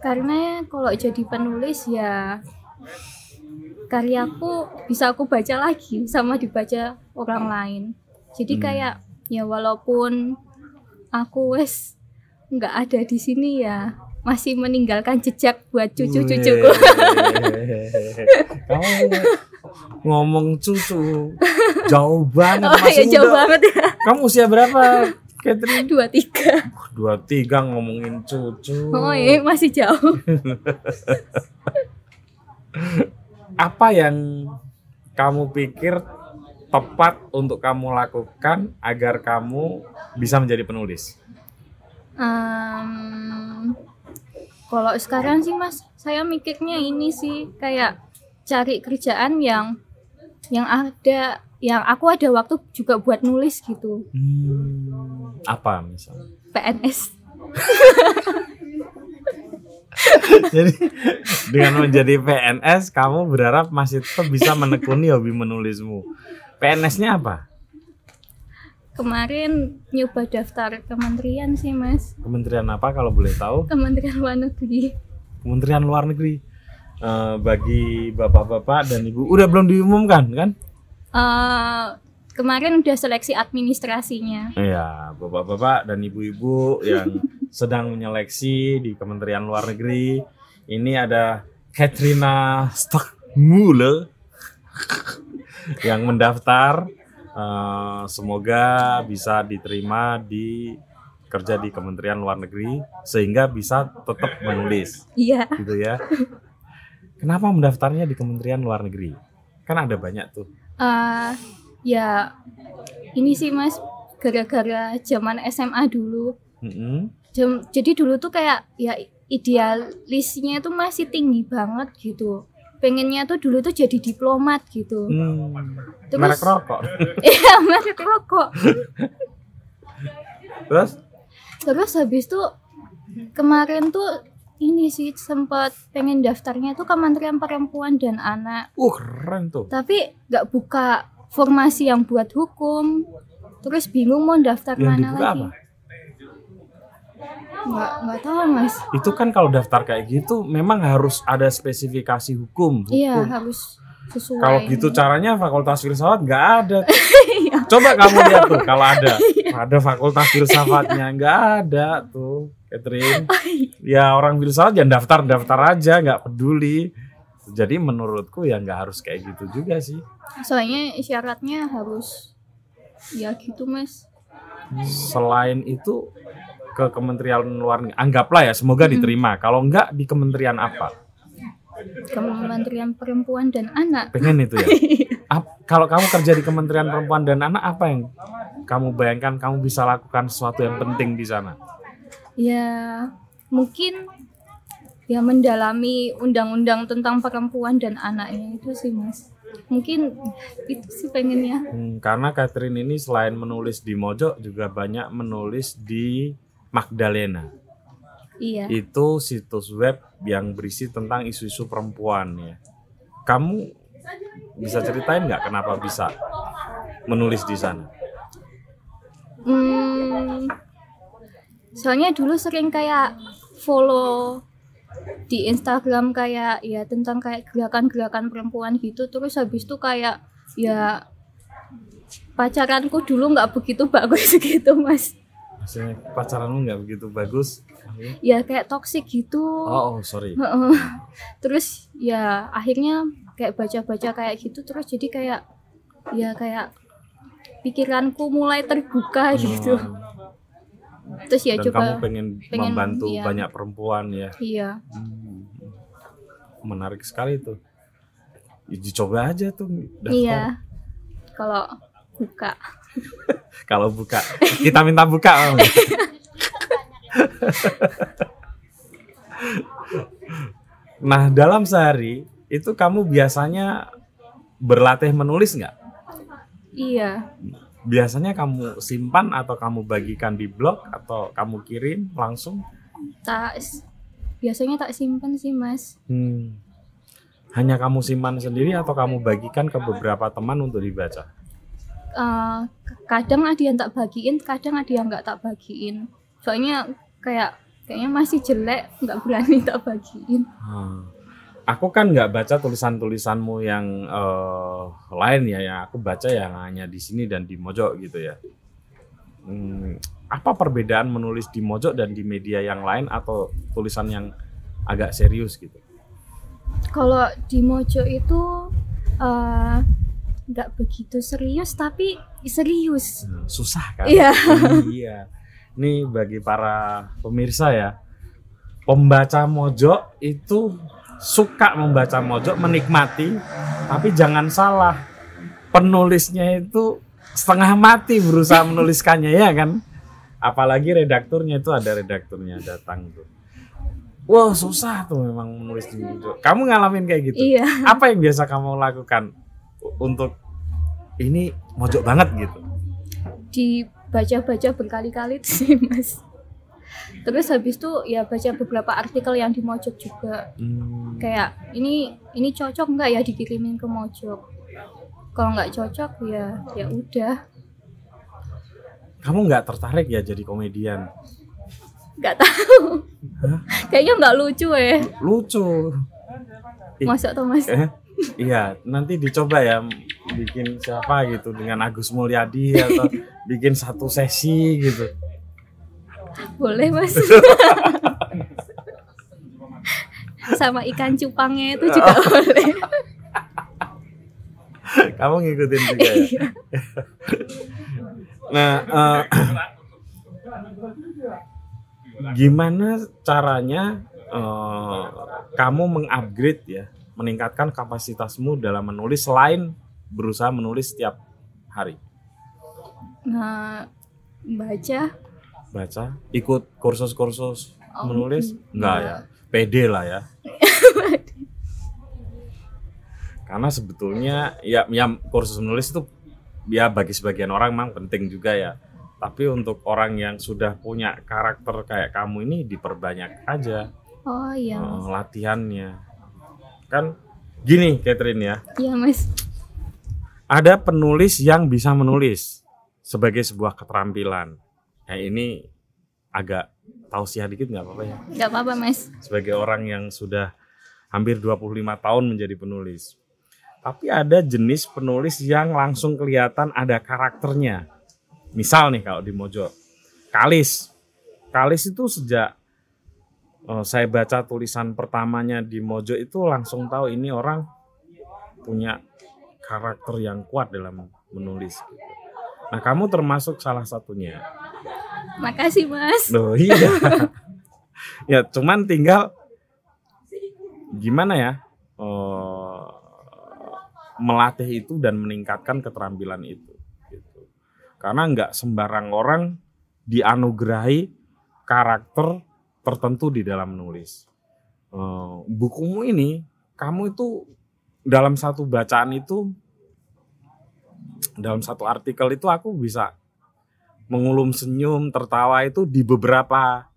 A: karena kalau jadi penulis ya karyaku bisa aku baca lagi sama dibaca orang lain jadi
B: Hmm.
A: kayak ya walaupun aku wes nggak ada di sini ya masih meninggalkan jejak buat cucu-cucuku
B: Weh. Kamu ngomong cucu jauh banget.
A: oh ya
B: masih
A: jauh
B: muda.
A: banget ya
B: Kamu usia berapa, Catherine?
A: dua tiga
B: Dua tiga ngomongin cucu.
A: oh iya masih jauh
B: apa yang kamu pikir tepat untuk kamu lakukan agar kamu bisa menjadi penulis?
A: Em, kalau sekarang sih mas, saya mikirnya ini sih kayak cari kerjaan yang yang ada, yang aku ada waktu juga buat nulis gitu,
B: Apa misalnya?
A: PNS.
B: Jadi dengan menjadi PNS kamu berharap masih tetap bisa menekuni hobi menulismu. PNS-nya apa?
A: Kemarin nyoba daftar kementerian sih mas,
B: Kementerian apa kalau boleh tahu?
A: Kementerian Luar Negeri.
B: Kementerian Luar Negeri. Eh, bagi bapak-bapak dan ibu udah belum diumumkan kan?
A: Eh, kemarin udah seleksi administrasinya.
B: Iya, bapak-bapak dan ibu-ibu yang sedang menyeleksi di Kementerian Luar Negeri. Ini ada Katrina Stockmule yang mendaftar. Eh, semoga bisa diterima di kerja di Kementerian Luar Negeri sehingga bisa tetap menulis,
A: Iya,
B: gitu ya. Kenapa mendaftarnya di Kementerian Luar Negeri? Kan ada banyak tuh.
A: Eh, ya ini sih mas gara-gara zaman SMA dulu
B: Mm-mm.
A: Jam- jadi dulu tuh kayak ya idealisnya itu masih tinggi banget gitu pengennya tuh dulu tuh jadi diplomat gitu
B: Hmm.
A: Terus-
B: Merek rokok.
A: iya merek rokok
B: Terus
A: terus habis tuh kemarin tuh ini sih sempat pengen daftarnya tuh Kementerian Perempuan dan Anak
B: uh keren tuh.
A: tapi nggak buka formasi yang buat hukum terus bingung mau daftar
B: Yang
A: mana
B: dibuka
A: lagi
B: apa?
A: nggak nggak tahu mas
B: Itu kan kalau daftar kayak gitu memang harus ada spesifikasi hukum.
A: iya
B: Hukum.
A: harus sesuai
B: Kalau gitu caranya fakultas filsafat nggak ada.
A: Iya.
B: Coba kamu lihat tuh kalau ada. Ada fakultas filsafatnya nggak ada tuh, Catherine. Ya orang filsafat ya daftar-daftar aja nggak peduli. Jadi menurutku ya nggak harus kayak gitu juga sih.
A: soalnya syaratnya harus ya gitu mas
B: Selain itu ke Kementerian Luar Negeri anggaplah ya semoga diterima. Kalau nggak di kementerian apa?
A: Kementerian Perempuan dan Anak
B: Pengen itu ya. Ap- kalau kamu kerja di Kementerian Perempuan dan Anak apa yang kamu bayangkan kamu bisa lakukan sesuatu yang penting di sana?
A: ya mungkin ya mendalami undang-undang tentang perempuan dan anaknya itu sih mas mungkin itu sih pengennya
B: Hmm, karena Catherine ini selain menulis di Mojo juga banyak menulis di Magdalena.
A: iya
B: Itu situs web yang berisi tentang isu-isu perempuan ya. Kamu bisa ceritain nggak kenapa bisa menulis di sana?
A: Hmm, soalnya dulu sering kayak follow di Instagram kayak ya tentang kayak gerakan-gerakan perempuan gitu terus habis itu kayak ya pacaranku dulu nggak begitu bagus gitu mas
B: Maksudnya pacaranmu nggak begitu bagus?
A: ya kayak toxic gitu
B: Oh, oh, sorry.
A: Heeh. terus ya akhirnya kayak baca-baca kayak gitu terus jadi kayak ya kayak pikiranku mulai terbuka gitu
B: Hmm,
A: terus ya
B: Dan
A: coba
B: kamu pengen,
A: pengen,
B: membantu
A: iya.
B: banyak perempuan ya.
A: iya
B: Hmm. Menarik sekali itu. Ya, dicoba aja tuh daftar.
A: Iya. Kalau buka.
B: kalau buka kita minta buka Om. nah dalam sehari itu kamu biasanya berlatih menulis nggak
A: Iya.
B: biasanya kamu simpan atau kamu bagikan di blog atau kamu kirim langsung
A: Tak biasanya tak simpen sih, Mas.
B: Hmm. hanya kamu simpan sendiri atau kamu bagikan ke beberapa teman untuk dibaca
A: Eh, kadang ada yang tak bagiin, kadang ada yang nggak tak bagiin. Soalnya kayak kayaknya masih jelek, nggak berani tak bagiin.
B: Hmm. Aku kan nggak baca tulisan-tulisanmu yang eh, lain ya, yang aku baca yang hanya di sini dan di Mojo gitu ya. Hmm, apa perbedaan menulis di Mojo dan di media yang lain atau tulisan yang agak serius gitu?
A: Kalau di Mojo itu eh, nggak begitu serius, tapi serius.
B: Hmm, Susah kan?
A: Iya.
B: iya. Ini bagi para pemirsa ya, pembaca Mojo itu suka membaca Mojo, menikmati, tapi jangan salah, penulisnya itu setengah mati berusaha menuliskannya ya kan? Apalagi redakturnya itu ada redakturnya datang tuh. Wow susah tuh memang menulis di Mojo. Kamu ngalamin kayak gitu?
A: Iya.
B: Apa yang biasa kamu lakukan u- untuk ini Mojo banget gitu?
A: dibaca-baca berkali-kali sih mas terus habis itu ya baca beberapa artikel yang di mojok juga
B: Hmm.
A: kayak ini ini cocok nggak ya dikirimin ke mojok kalau nggak cocok ya ya udah
B: kamu nggak tertarik ya jadi komedian
A: nggak tahu kayaknya nggak lucu eh
B: lucu Ih.
A: masa tuh mas
B: Eh, iya nanti dicoba ya bikin siapa gitu dengan Agus Mulyadi atau bikin satu sesi gitu
A: boleh mas sama ikan cupangnya itu juga boleh
B: kamu ngikutin juga ya
A: Iya.
B: nah eh, gimana caranya eh, kamu mengupgrade ya meningkatkan kapasitasmu dalam menulis selain berusaha menulis setiap hari?
A: Nah, baca
B: Baca, ikut kursus-kursus
A: Oh,
B: menulis?
A: mm,
B: Enggak ya.
A: enggak.
B: Pede lah ya. Karena sebetulnya ya, ya kursus menulis itu ya bagi sebagian orang memang penting juga ya. Tapi untuk orang yang sudah punya karakter kayak kamu ini diperbanyak aja.
A: oh iya
B: eh,
A: mas
B: latihannya kan gini Catherine ya
A: iya mas
B: ada penulis yang bisa menulis sebagai sebuah keterampilan nah ini agak tausiah dikit nggak apa-apa ya
A: nggak apa-apa mas
B: sebagai orang yang sudah hampir 25 tahun menjadi penulis tapi ada jenis penulis yang langsung kelihatan ada karakternya misal nih kalau di Mojo Kalis Kalis itu sejak eh, saya baca tulisan pertamanya di Mojo itu langsung tahu ini orang punya karakter yang kuat dalam menulis. gitu. Nah kamu termasuk salah satunya.
A: makasih mas
B: Loh iya. ya cuman tinggal gimana ya eh, melatih itu dan meningkatkan keterampilan itu. gitu. Karena nggak sembarang orang dianugerahi karakter tertentu di dalam menulis. Eh, bukumu ini kamu itu dalam satu bacaan itu dalam satu artikel itu aku bisa mengulum senyum tertawa itu di beberapa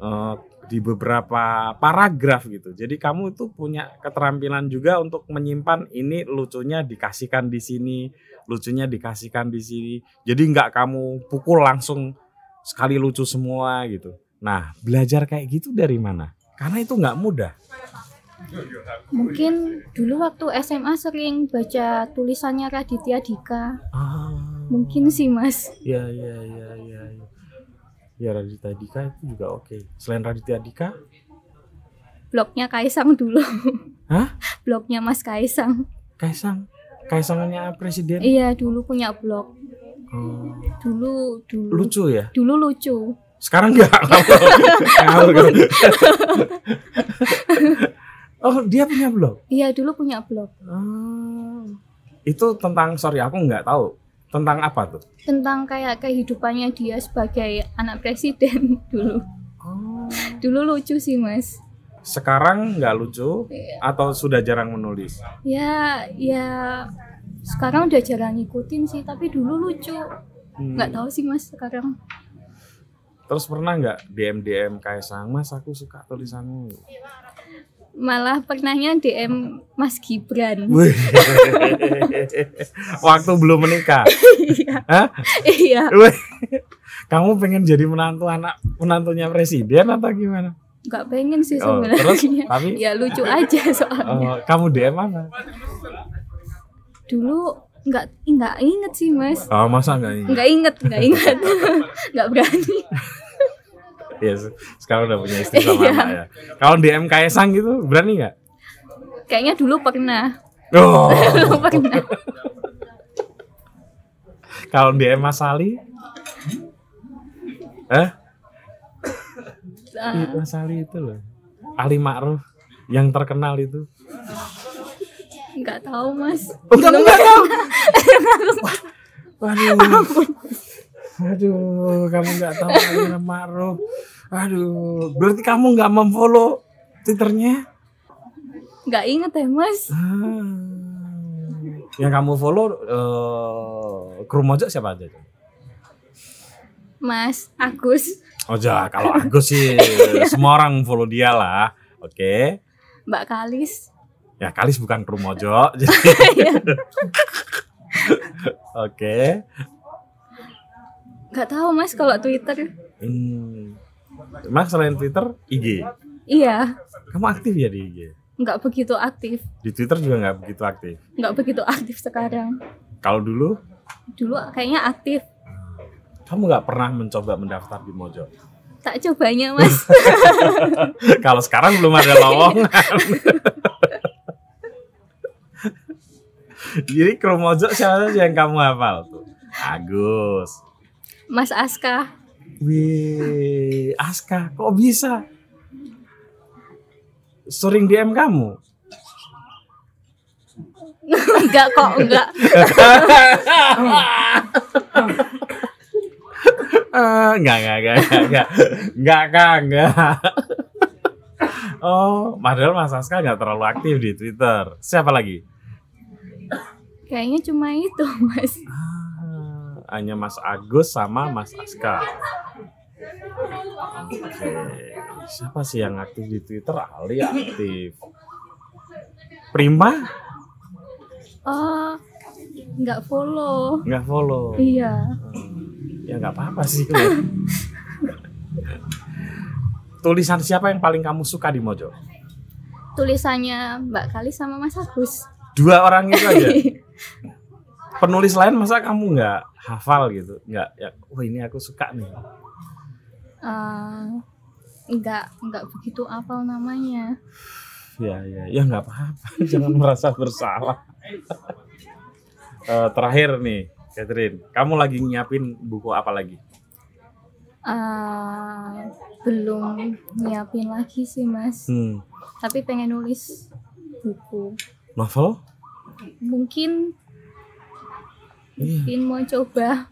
B: eh, di beberapa paragraf gitu jadi kamu itu punya keterampilan juga untuk menyimpan ini lucunya dikasihkan di sini lucunya dikasihkan di sini jadi nggak kamu pukul langsung sekali lucu semua gitu nah belajar kayak gitu dari mana karena itu nggak mudah
A: mungkin dulu waktu SMA sering baca tulisannya Raditya Dika
B: ah,
A: mungkin sih mas
B: ya ya ya ya ya, ya Raditya Dika itu juga oke selain Raditya Dika
A: blognya Kaisang dulu
B: Hah?
A: blognya Mas Kaisang
B: Kaisang Kaisangannya presiden
A: iya dulu punya blog
B: Oh,
A: dulu dulu
B: lucu ya
A: dulu lucu
B: sekarang nggak Ngawur gitu. kamu. oh dia punya blog
A: iya dulu punya blog
B: Oh. itu tentang sorry aku nggak tahu tentang apa tuh
A: tentang kayak kehidupannya dia sebagai anak presiden dulu dulu lucu sih mas
B: Oh. sekarang nggak lucu
A: Iya.
B: atau sudah jarang menulis
A: ya ya sekarang udah jarang ngikutin sih tapi dulu lucu
B: Hmm.
A: nggak tahu sih mas sekarang
B: terus pernah nggak DM DM Kaisang mas aku suka tulisanmu
A: malah pernahnya DM Mas Gibran
B: Wih. waktu belum menikah
A: iya
B: Wih. kamu pengen jadi menantu anak menantunya presiden atau gimana
A: nggak pengen sih
B: Oh,
A: Iya, sebenarnya Iya.
B: terus tapi
A: ya lucu aja soalnya
B: Oh, kamu DM apa?
A: dulu nggak nggak inget sih mas
B: Oh, masa nggak ini?
A: nggak inget nggak inget nggak berani
B: Iya, se- sekarang udah punya istri sama
A: Iya.
B: anak ya. Kalau DM Kaisang gitu, berani nggak?
A: kayaknya dulu pernah
B: Oh,
A: dulu pernah
B: kalau DM Mas Ali? Eh,
A: Ah,
B: Mas Ali itu loh. Ali Ma'ruf yang terkenal itu.
A: nggak tahu mas
B: Oh, enggak, enggak, enggak. Waduh. Aduh, kamu nggak tahu Ali Ma'ruf. Aduh, berarti kamu nggak memfollow Twitternya?
A: nggak inget ya mas
B: Ah. Yang kamu follow eh kru Mojo siapa aja?
A: mas Agus
B: Oja, kalau Agus sih semua orang follow dia lah. Oke.
A: Mbak Kalis Ya.
B: Ya Kalis bukan kru Mojo. jadi- Oke.
A: nggak tahu mas kalau Twitter
B: Hmm. Emang selain Twitter, IG.
A: iya
B: Kamu aktif ya di IG?
A: nggak begitu aktif
B: Di Twitter juga nggak begitu aktif.
A: nggak begitu aktif sekarang
B: Kalau dulu,
A: dulu kayaknya aktif
B: kamu nggak pernah mencoba mendaftar di Mojo.
A: tak cobanya mas
B: Kalau sekarang belum ada lowongan. Jadi Kromojo siapa saja yang kamu hafal tuh? Agus.
A: Mas Aska
B: Wih, Aska, kok bisa? Sering DM kamu?
A: enggak kok enggak
B: Eh, Enggak, enggak, enggak, enggak, enggak, enggak, Kak, enggak. Oh, padahal Mas Aska enggak terlalu aktif di Twitter. Siapa lagi?
A: kayaknya cuma itu mas
B: Ah, Hanya Mas Agus sama Mas Aska. Oke. Siapa sih yang aktif di Twitter? Ali aktif. Prima
A: oh enggak follow
B: enggak follow.
A: iya
B: Hmm, Ya nggak apa-apa sih. Tulisan siapa yang paling kamu suka di Mojo?
A: tulisannya Mbak Kali sama Mas Agus Eh,
B: Dua orang itu aja. Penulis lain masa kamu nggak hafal gitu? Nggak, ya, oh ini aku suka nih.
A: Eh, enggak enggak begitu apa namanya
B: Ya, ya, ya nggak apa-apa. Jangan merasa bersalah. Eh, terakhir nih, Catherine, kamu lagi nyiapin buku apa lagi?
A: Eh, belum nyiapin lagi sih mas
B: Hmm,
A: tapi pengen nulis buku
B: novel?
A: mungkin
B: Iya.
A: mungkin mau coba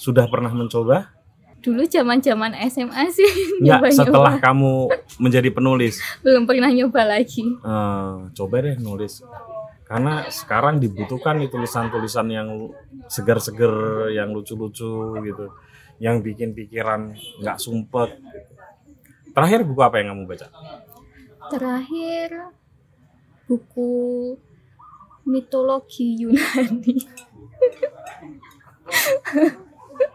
B: Sudah pernah mencoba?
A: dulu zaman zaman SMA sih
B: Nggak,
A: nyoba
B: setelah kamu menjadi penulis.
A: belum pernah nyoba lagi
B: Eh, coba deh nulis karena sekarang dibutuhkan nih tulisan-tulisan yang lu- seger-seger, yang lucu-lucu gitu, yang bikin pikiran nggak sumpet. Terakhir buku apa yang kamu baca?
A: terakhir buku mitologi Yunani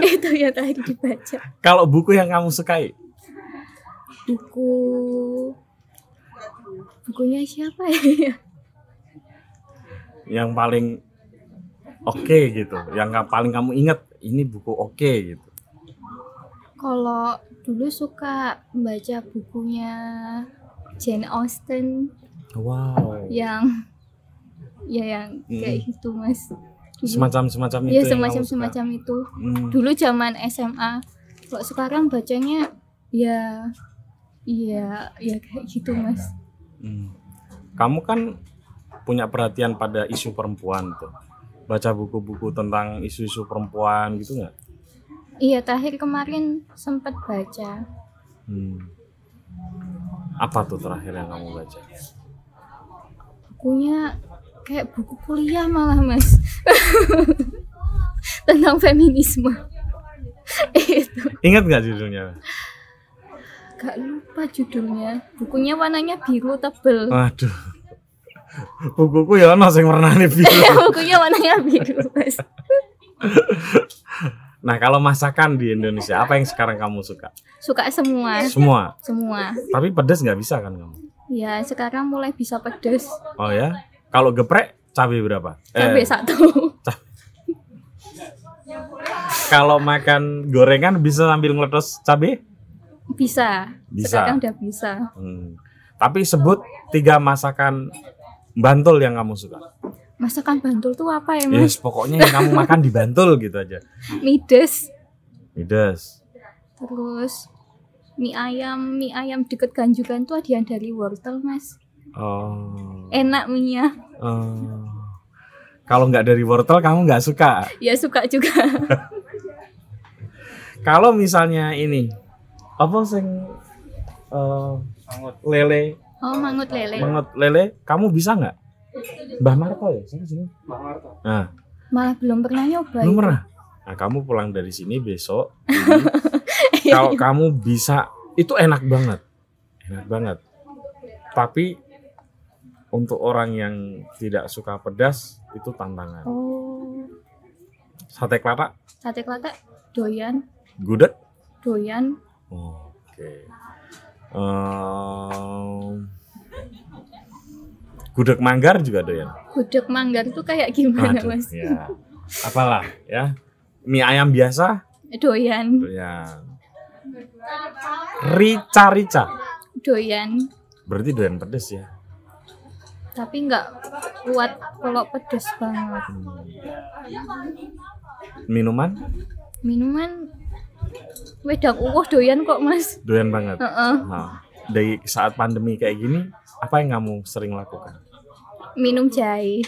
A: itu yang tadi dibaca
B: Kalau buku yang kamu sukai,
A: buku bukunya siapa ya
B: yang paling oke gitu, yang nggak paling kamu inget, ini buku oke gitu.
A: kalau dulu suka baca bukunya Jane Austen
B: Wow.
A: yang ya yang kayak gitu mas Dulu-
B: Semacam-semacam itu. ya,
A: Iya
B: yang kamu
A: semacam
B: suka.
A: semacam itu.
B: Hmm.
A: Dulu zaman SMA. Kalau sekarang bacanya ya iya ya kayak gitu mas.
B: Hmm. Kamu kan punya perhatian pada isu perempuan tuh. Baca buku-buku tentang isu-isu perempuan gitu nggak?
A: Iya terakhir kemarin sempat baca
B: Hmm. Apa tuh terakhir yang kamu baca?
A: bukunya kayak buku kuliah malah mas tentang feminisme. itu
B: Ingat nggak judulnya?
A: gak lupa judulnya. Bukunya warnanya biru tebel.
B: Aduh. Bukuku ya ono sing warnane biru.
A: Bukunya warnanya biru mas.
B: Nah, kalau masakan di Indonesia, apa yang sekarang kamu suka?
A: Suka semua
B: Semua.
A: semua.
B: Tapi pedas nggak bisa kan kamu?
A: Ya sekarang mulai bisa pedes.
B: Oh ya. Kalau geprek cabai berapa?
A: Cabai
B: Eh,
A: satu.
B: kalau makan gorengan bisa sambil ngeletos cabai?
A: Bisa.
B: Bisa.
A: Sekarang udah bisa.
B: Hmm. Tapi sebut tiga masakan Bantul yang kamu suka.
A: Masakan Bantul tuh apa ya, Mas?
B: Yes, pokoknya yang kamu makan di Bantul gitu aja.
A: Mides,
B: Midas.
A: terus mie ayam, mie ayam deket ganjuran tuh ada yang dari wortel, Mas.
B: Oh.
A: Enak minyak.
B: Oh. Kalau nggak dari wortel kamu nggak suka.
A: Ya suka juga.
B: Kalau misalnya ini apa sing eh, lele
A: Oh, mangut lele.
B: mengot lele kamu bisa nggak? Mbah Marto ya, sini sini. Nah,
A: Malah belum pernah nyoba. ya.
B: Belum pernah. Nah, kamu pulang dari sini besok. ini, kalau kamu bisa, itu enak banget, enak banget. Tapi untuk orang yang tidak suka pedas itu tantangan.
A: Oh,
B: Sate kelapa,
A: sate kelatak doyan,
B: gudeg.
A: doyan.
B: Oh, Oke. Ehm, gudeg manggar juga doyan.
A: Gudeg manggar tuh kayak gimana,
B: Aduh,
A: Mas?
B: ya. Apalah ya. Mie ayam biasa Ya.
A: Doyan,
B: doyan. Rica-rica.
A: doyan.
B: Berarti doyan pedes ya.
A: Tapi nggak kuat kalau pedes banget.
B: Hmm. Minuman
A: Minuman wedak uwuh doyan kok, Mas.
B: doyan banget.
A: Heeh.
B: Nah, dari saat pandemi kayak gini, apa yang kamu sering lakukan?
A: minum jahe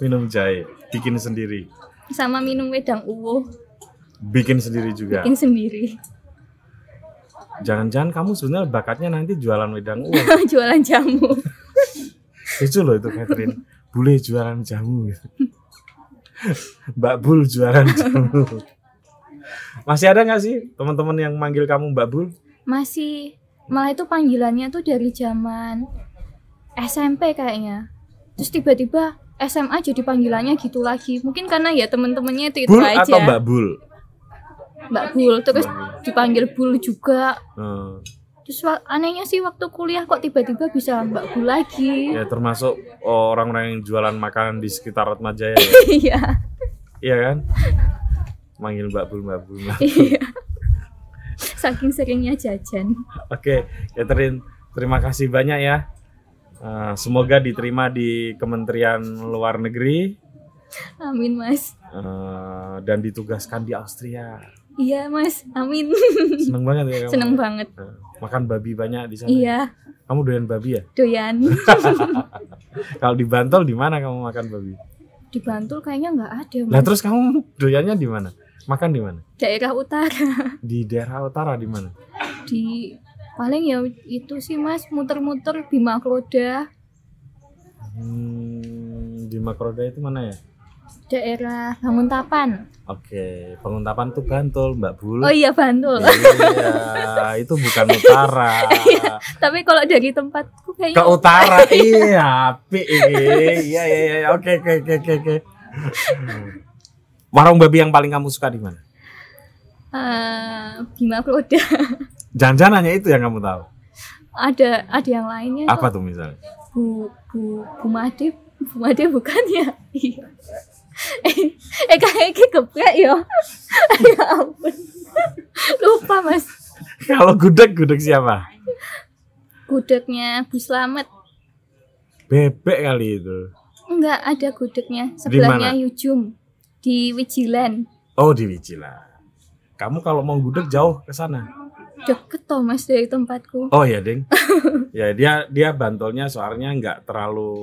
B: Minum jahe, bikin sendiri.
A: sama minum wedang uwuh
B: Bikin sendiri juga.
A: bikin sendiri
B: Jangan-jangan kamu sebenarnya bakatnya nanti jualan wedang uang.
A: jualan jamu
B: Lucu loh itu Catherine. Bule jualan jamu gitu. Mbak Bul jualan jamu. Masih ada nggak sih teman-teman yang manggil kamu Mbak Bul?
A: masih malah itu panggilannya tuh dari zaman SMP kayaknya terus tiba-tiba SMA jadi panggilannya gitu lagi mungkin karena ya temen-temennya itu itu
B: Bul
A: aja
B: atau Mbak Bul?
A: Mbak Bul terus dipanggil Bul juga
B: Hmm,
A: terus wa- anehnya sih waktu kuliah kok tiba-tiba bisa Mbak Bul lagi
B: ya termasuk orang-orang yang jualan makanan di sekitar Atmajaya ya.
A: iya
B: Iya kan? Manggil Mbak Bul, Mbak Bul. Mbak Bul.
A: iya saking seringnya jajan
B: Oke, Catherine, terima kasih banyak ya. Eh, semoga diterima di Kementerian Luar Negeri
A: amin mas
B: eh, dan ditugaskan di Austria.
A: iya mas amin
B: Seneng banget ya kamu.
A: seneng banget
B: Eh, Makan babi banyak di sana.
A: iya
B: Kamu doyan babi ya?
A: doyan
B: Kalau di Bantul di mana kamu makan babi?
A: di Bantul kayaknya nggak ada
B: Nah,
A: mas
B: terus kamu doyannya di mana? Makan di mana?
A: daerah utara
B: Di daerah utara di mana?
A: di paling ya itu sih mas muter-muter Bima Kloda
B: Hmm, di Makroda itu mana ya?
A: daerah Banguntapan
B: Oke, penguntapan tuh Bantul, Mbak Bul.
A: oh iya Bantul
B: Iya, itu bukan utara.
A: tapi kalau dari tempatku
B: Ke
A: kayaknya
B: utara, iya, api ini. Iya, iya, iya, oke, oke, oke, oke, oke. Warung babi yang paling kamu suka di mana?
A: eh, Bima Kloda
B: Jangan-jangan hanya itu yang kamu tahu.
A: ada ada yang lainnya
B: Apa
A: kok.
B: tuh misalnya?
A: Bu Bu Bu Made Bu Made bukan ya iya eh eh, kayak iki geprek ya ya ampun lupa mas
B: Kalau gudeg, gudeg siapa?
A: gudegnya Bu Slamet
B: Bebek kali itu.
A: enggak ada gudegnya sebelahnya
B: mana?
A: Yujum di Wijilan
B: Oh, di Wicila. Kamu kalau mau gudeg jauh ke sana.
A: deket toh mas dari tempatku
B: Oh ya, Ding. ya, dia dia bantolnya soalnya nggak terlalu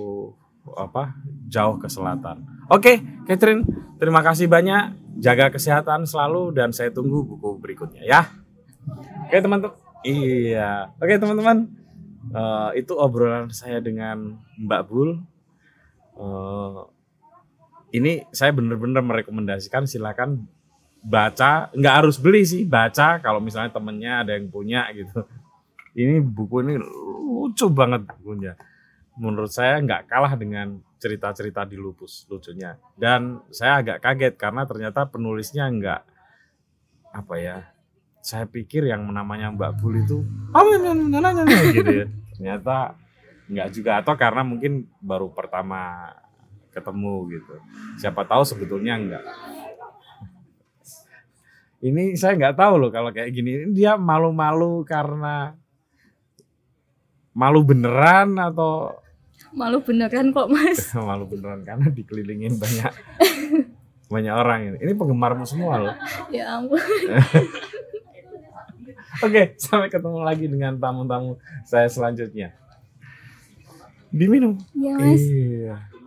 B: apa jauh ke selatan. Oke, Catherine, terima kasih banyak. Jaga kesehatan selalu dan saya tunggu buku berikutnya ya. Oke, teman-teman. Iya. Oke, teman-teman. Eh, itu obrolan saya dengan Mbak Bul. Eh, ini saya benar-benar merekomendasikan silakan baca, nggak harus beli sih, baca kalau misalnya temennya ada yang punya gitu. Ini buku ini lucu banget bukunya. Menurut saya nggak kalah dengan cerita-cerita di lupus lucunya. Dan saya agak kaget karena ternyata penulisnya nggak apa ya. Saya pikir yang namanya Mbak Bul itu gitu ya. Ternyata nggak juga atau karena mungkin baru pertama ketemu gitu. Siapa tahu sebetulnya enggak. Ini saya nggak tahu loh kalau kayak gini. Ini Dia malu-malu karena malu beneran atau
A: malu beneran kok mas
B: malu beneran karena dikelilingin banyak banyak orang ini. Ini penggemarmu semua loh.
A: ya ampun
B: Oke, sampai ketemu lagi dengan tamu-tamu saya selanjutnya. Diminum.
A: ya mas
B: Iya.